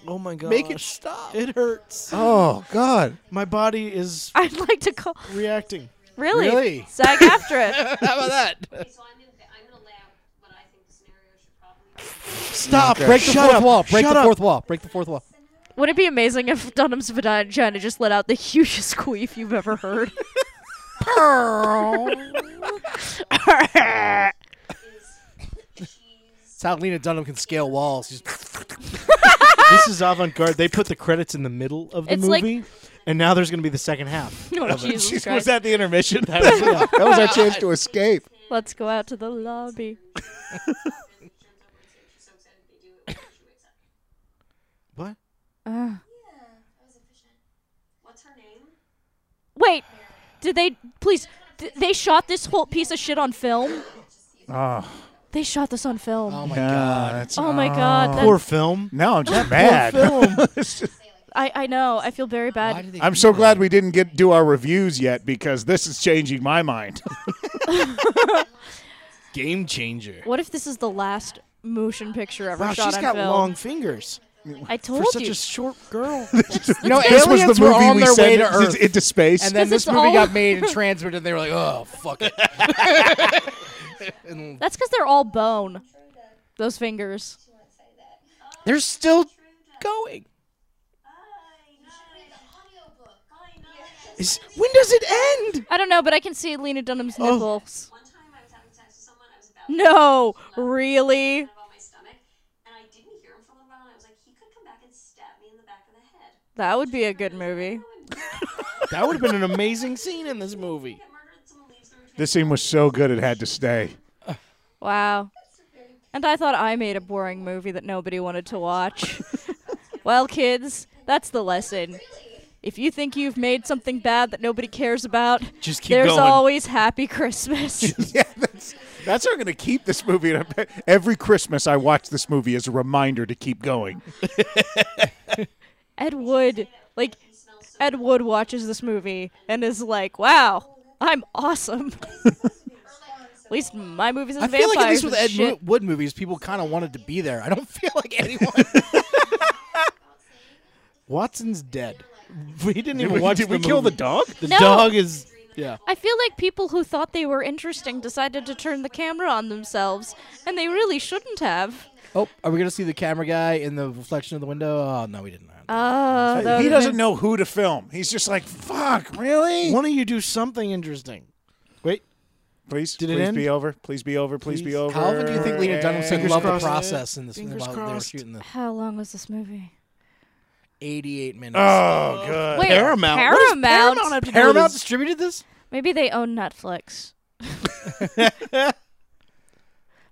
Oh my gosh. Make it stop. It hurts. Oh, God. My body is I'd like to call. reacting. Really? Really? Sag after it. How about that? Stop. Okay. Break the Shut fourth up. wall. Break Shut the up. fourth wall. Break the fourth wall. Wouldn't it be amazing if Dunham's vagina just let out the hugest queef you've ever heard? It's how Lena Dunham can scale walls. She's- this is avant garde. They put the credits in the middle of the It's like- movie, and now there's going to be the second half. Oh, of it. Jesus Jeez, was Was that the intermission? That was it. that was our chance to escape. Let's go out to the lobby. What? Uh, What's her name? wait, did they please? Did they shot this whole piece of shit on film. Ah. Oh, They shot this on film. oh my god! Oh my God, that- Poor film. Now I'm just Poor mad. film. I I know. I feel very bad. I'm so glad we didn't get do our reviews yet because this is changing my mind. Game changer. What if this is the last motion picture ever Wow, shot she's on got film? long fingers. I told For such you. a short girl. You know, aliens were on their way to Earth. into space, And then 'Cause this it's movie all- got made and transmitted, and they were like, oh, fuck it. And That's because they're all bone. Those fingers. they're still going. Is, when does it end? I don't know, but I can see Lena Dunham's Oh. nipples. No, really? That would be a good movie. that would have been an amazing scene in this movie. this scene was so good it had to stay. Wow. And I thought I made a boring movie that nobody wanted to watch. well, kids, that's the lesson. If you think you've made something bad that nobody cares about, Just keep there's going. always Happy Christmas. yeah, that's that's how I'm going to keep this movie. And I bet Every Christmas, I watch this movie as a reminder to keep going. Ed Wood, like, Ed Wood watches this movie and is like, wow, I'm awesome. At least my movies I and feel vampires like at least with and Ed shit. Mo- Wood movies, people kind of wanted to be there. I don't feel like anyone. Watson's dead. We didn't Did even we- watch did the we kill movie. the dog? The No. dog is. Yeah. I feel like people who thought they were interesting decided to turn the camera on themselves, and they really shouldn't have. oh, are we going to see the camera guy in the reflection of the window? Oh, no, we didn't. Oh, that he would've doesn't been- know who to film. He's just like, fuck, really? Why don't you do something interesting? Wait. Please, Did it please end? be over. Please be over. Please, be over. How often do you think Lena Dunham said And- love the process in this Fingers while they were crossed. shooting the How long was this movie? 88 minutes? Ah. Oh, good. Wait, Paramount. What does Paramount Paramount? have to do with Paramount this? distributed this? Maybe they own Netflix.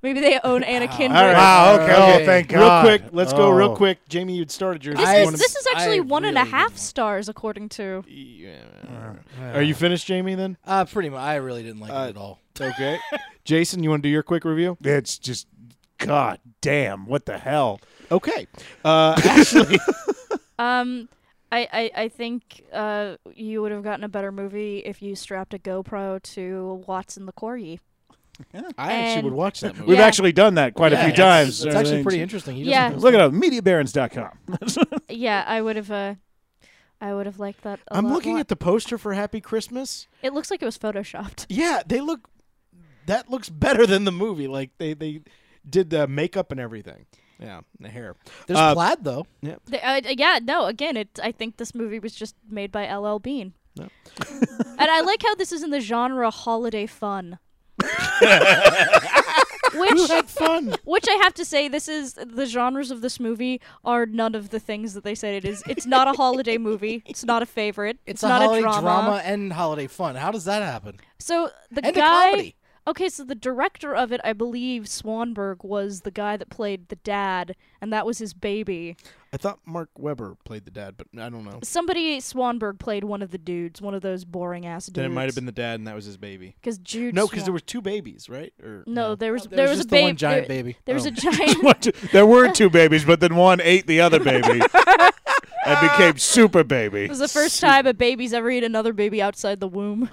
Maybe they own Anna Kendrick. Wow, okay, Oh, okay, thank Real God. quick. Let's go Oh. real quick. Jamie, you'd started yours. This, I is, wanna- this is actually I one and a half really- stars, according to. Are you finished, Jamie, then? Uh, pretty much. I really didn't like Uh, it at all. Okay. Jason, you want to do your quick review? It's just, god damn, what the hell? Okay. Uh, actually, Um, I, I, I think uh, you would have gotten a better movie if you strapped a GoPro to Watson the Corgi. I actually And- would watch that movie. We've Yeah. actually done that quite a Yeah, few it's- times. it's actually pretty interesting. He does Yeah. some cool Look it up, mediabarons.com. Yeah, I would have. Uh, I would have liked that. i I'm looking at the poster for Happy Christmas. It looks like it was photoshopped. Yeah, they look. That looks better than the movie. Like they they did the makeup and everything. Yeah, the hair. There's Uh, plaid, though. Yeah. They- uh, yeah, no. Again, it. I think this movie was just made by LL Bean. No. and I like how this is in the genre holiday fun. which had fun? Which I have to say, this is the genres of this movie are none of the things that they said it is. It's not a holiday movie. It's not a favorite. It's, a not holiday drama. and holiday fun. How does that happen? So the And a guy, comedy. Okay, so the director of it, I believe Swanberg was the guy that played the dad, and that was his baby. I thought Mark Weber played the dad, but I don't know. Somebody Swanberg played one of the dudes, one of those boring ass dudes. Then it might have been the dad, and that was his baby. 'Cause Jude No, because Swan- there were two babies, right? Or No, there was Oh, There there was was, just a the baby. one giant there, baby. There was Oh. a giant. there were two babies, but then one ate the other baby and became super baby. It was the first time a baby's ever eaten another baby outside the womb.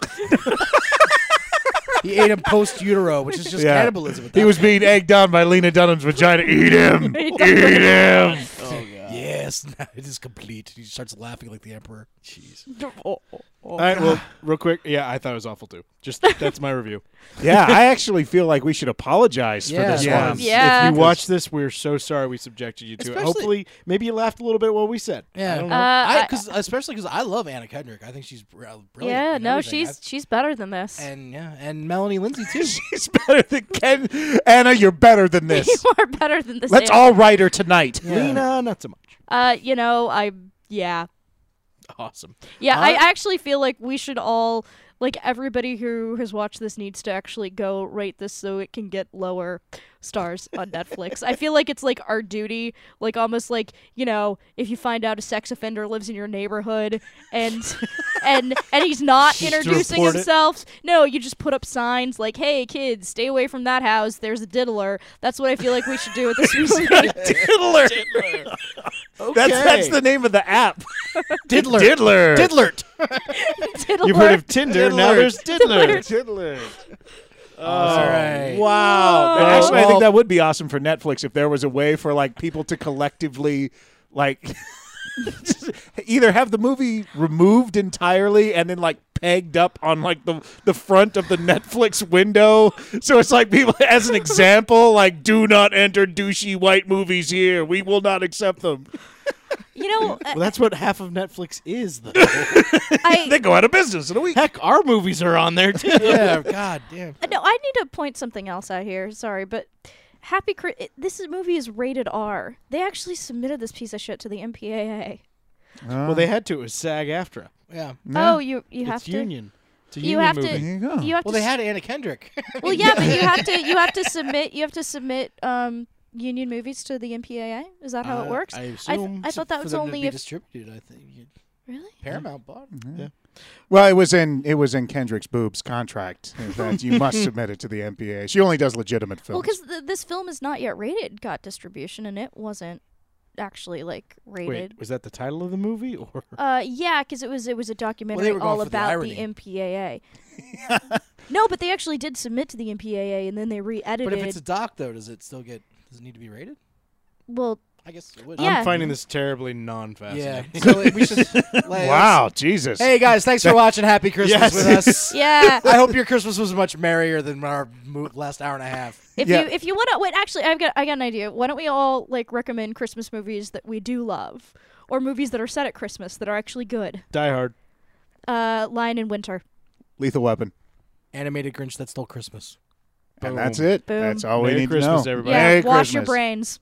He ate him post utero, which is just Yeah. cannibalism. at He that was point. being egged on by Lena Dunham's vagina. Eat him! Eat Eat him! Yes, it is complete. He starts laughing like the emperor. Jeez. Oh. All All right, well, real quick. Yeah, I thought it was awful too. Just that's my review. Yeah, I actually feel like we should apologize for this Yeah. one. Yeah. If you watch this, we're so sorry we subjected you to it. Especially- Hopefully, maybe you laughed a little bit at what we said. I Yeah, don't know. I, Uh, I- cause, especially because I love Anna Kendrick. I think she's br- uh, brilliant. yeah, in no, everything. she's she's better than this. I- and yeah, and Melanie Lindsay too. she's better than Ken. Anna, you're better than this. you are better than this. Let's Anna. all write her tonight. Lena, not so much. Uh, you know, I yeah. Awesome. Yeah, All I right. actually feel like we should all like everybody who has watched this needs to actually go rate this so it can get lower stars on Netflix. I feel like it's like our duty, like almost like, you know, if you find out a sex offender lives in your neighborhood and and and he's not Just to introducing report it? himself, no, you just put up signs like, "Hey kids, stay away from that house. There's a diddler." That's what I feel like we should do with this movie. Diddler. That's that's the name of the app. Diddler. Diddler. Diddlert. Diddler. You've heard of Tinder, now there's Diddler. Diddler. All right. Wow. Whoa. Actually, I Well- think that would be awesome for Netflix if there was a way for like people to collectively like just either have the movie removed entirely and then like pegged up on like the the front of the Netflix window. So it's like people as an example, like do not enter douchey white movies here. We will not accept them. You know, Well, that's what half of Netflix is, though. I They go out of business in a week. Heck, our movies are on there too. yeah, God damn. Uh, No, I need to point something else out here. Sorry, but Happy Cri- it- this is- movie is rated R. They actually submitted this piece of shit to the MPAA. Well, they had to. It was SAG-AFTRA. Yeah. Oh, you you have it's to. union. It's a You union have to- movie. There you go. you have well, to they s- had Anna Kendrick. I Well, mean, yeah, but you have to you have to submit you have to submit um union movies to the MPAA. Is that how Uh, it works? I I, th- assume I thought that was only be if distributed. I think You- really Paramount bought. it. Yeah. Well, it was in it was in Kendrick's boobs contract that you must submit it to the MPA. She only does legitimate films. Well, because th- this film is not yet rated, got distribution, and it wasn't actually like rated. Wait, was that the title of the movie or? Uh, yeah, because it was it was a documentary were going all for the about the, irony. MPAA. no, but they actually did submit to the MPAA, and then they re-edited. But if it's a doc, though, does it still get? Does it need to be rated? well, I guess it would. Yeah. I'm finding this terribly non-fascinating. Yeah. So like, we should. Like, Wow, Jesus. Hey guys, thanks for That- watching. Happy Christmas Yes. with us. Yeah. I hope your Christmas was much merrier than our mo- last hour and a half. if you if you want to wait, actually, I've got I got an idea. Why don't we all like recommend Christmas movies that we do love, or movies that are set at Christmas that are actually good? Die Hard. Uh, Lion in Winter. Lethal Weapon. Animated Grinch that stole Christmas. And that's it. Boom. That's all we Merry need Christmas, to know. everybody. Yeah, Merry wash Christmas. your brains.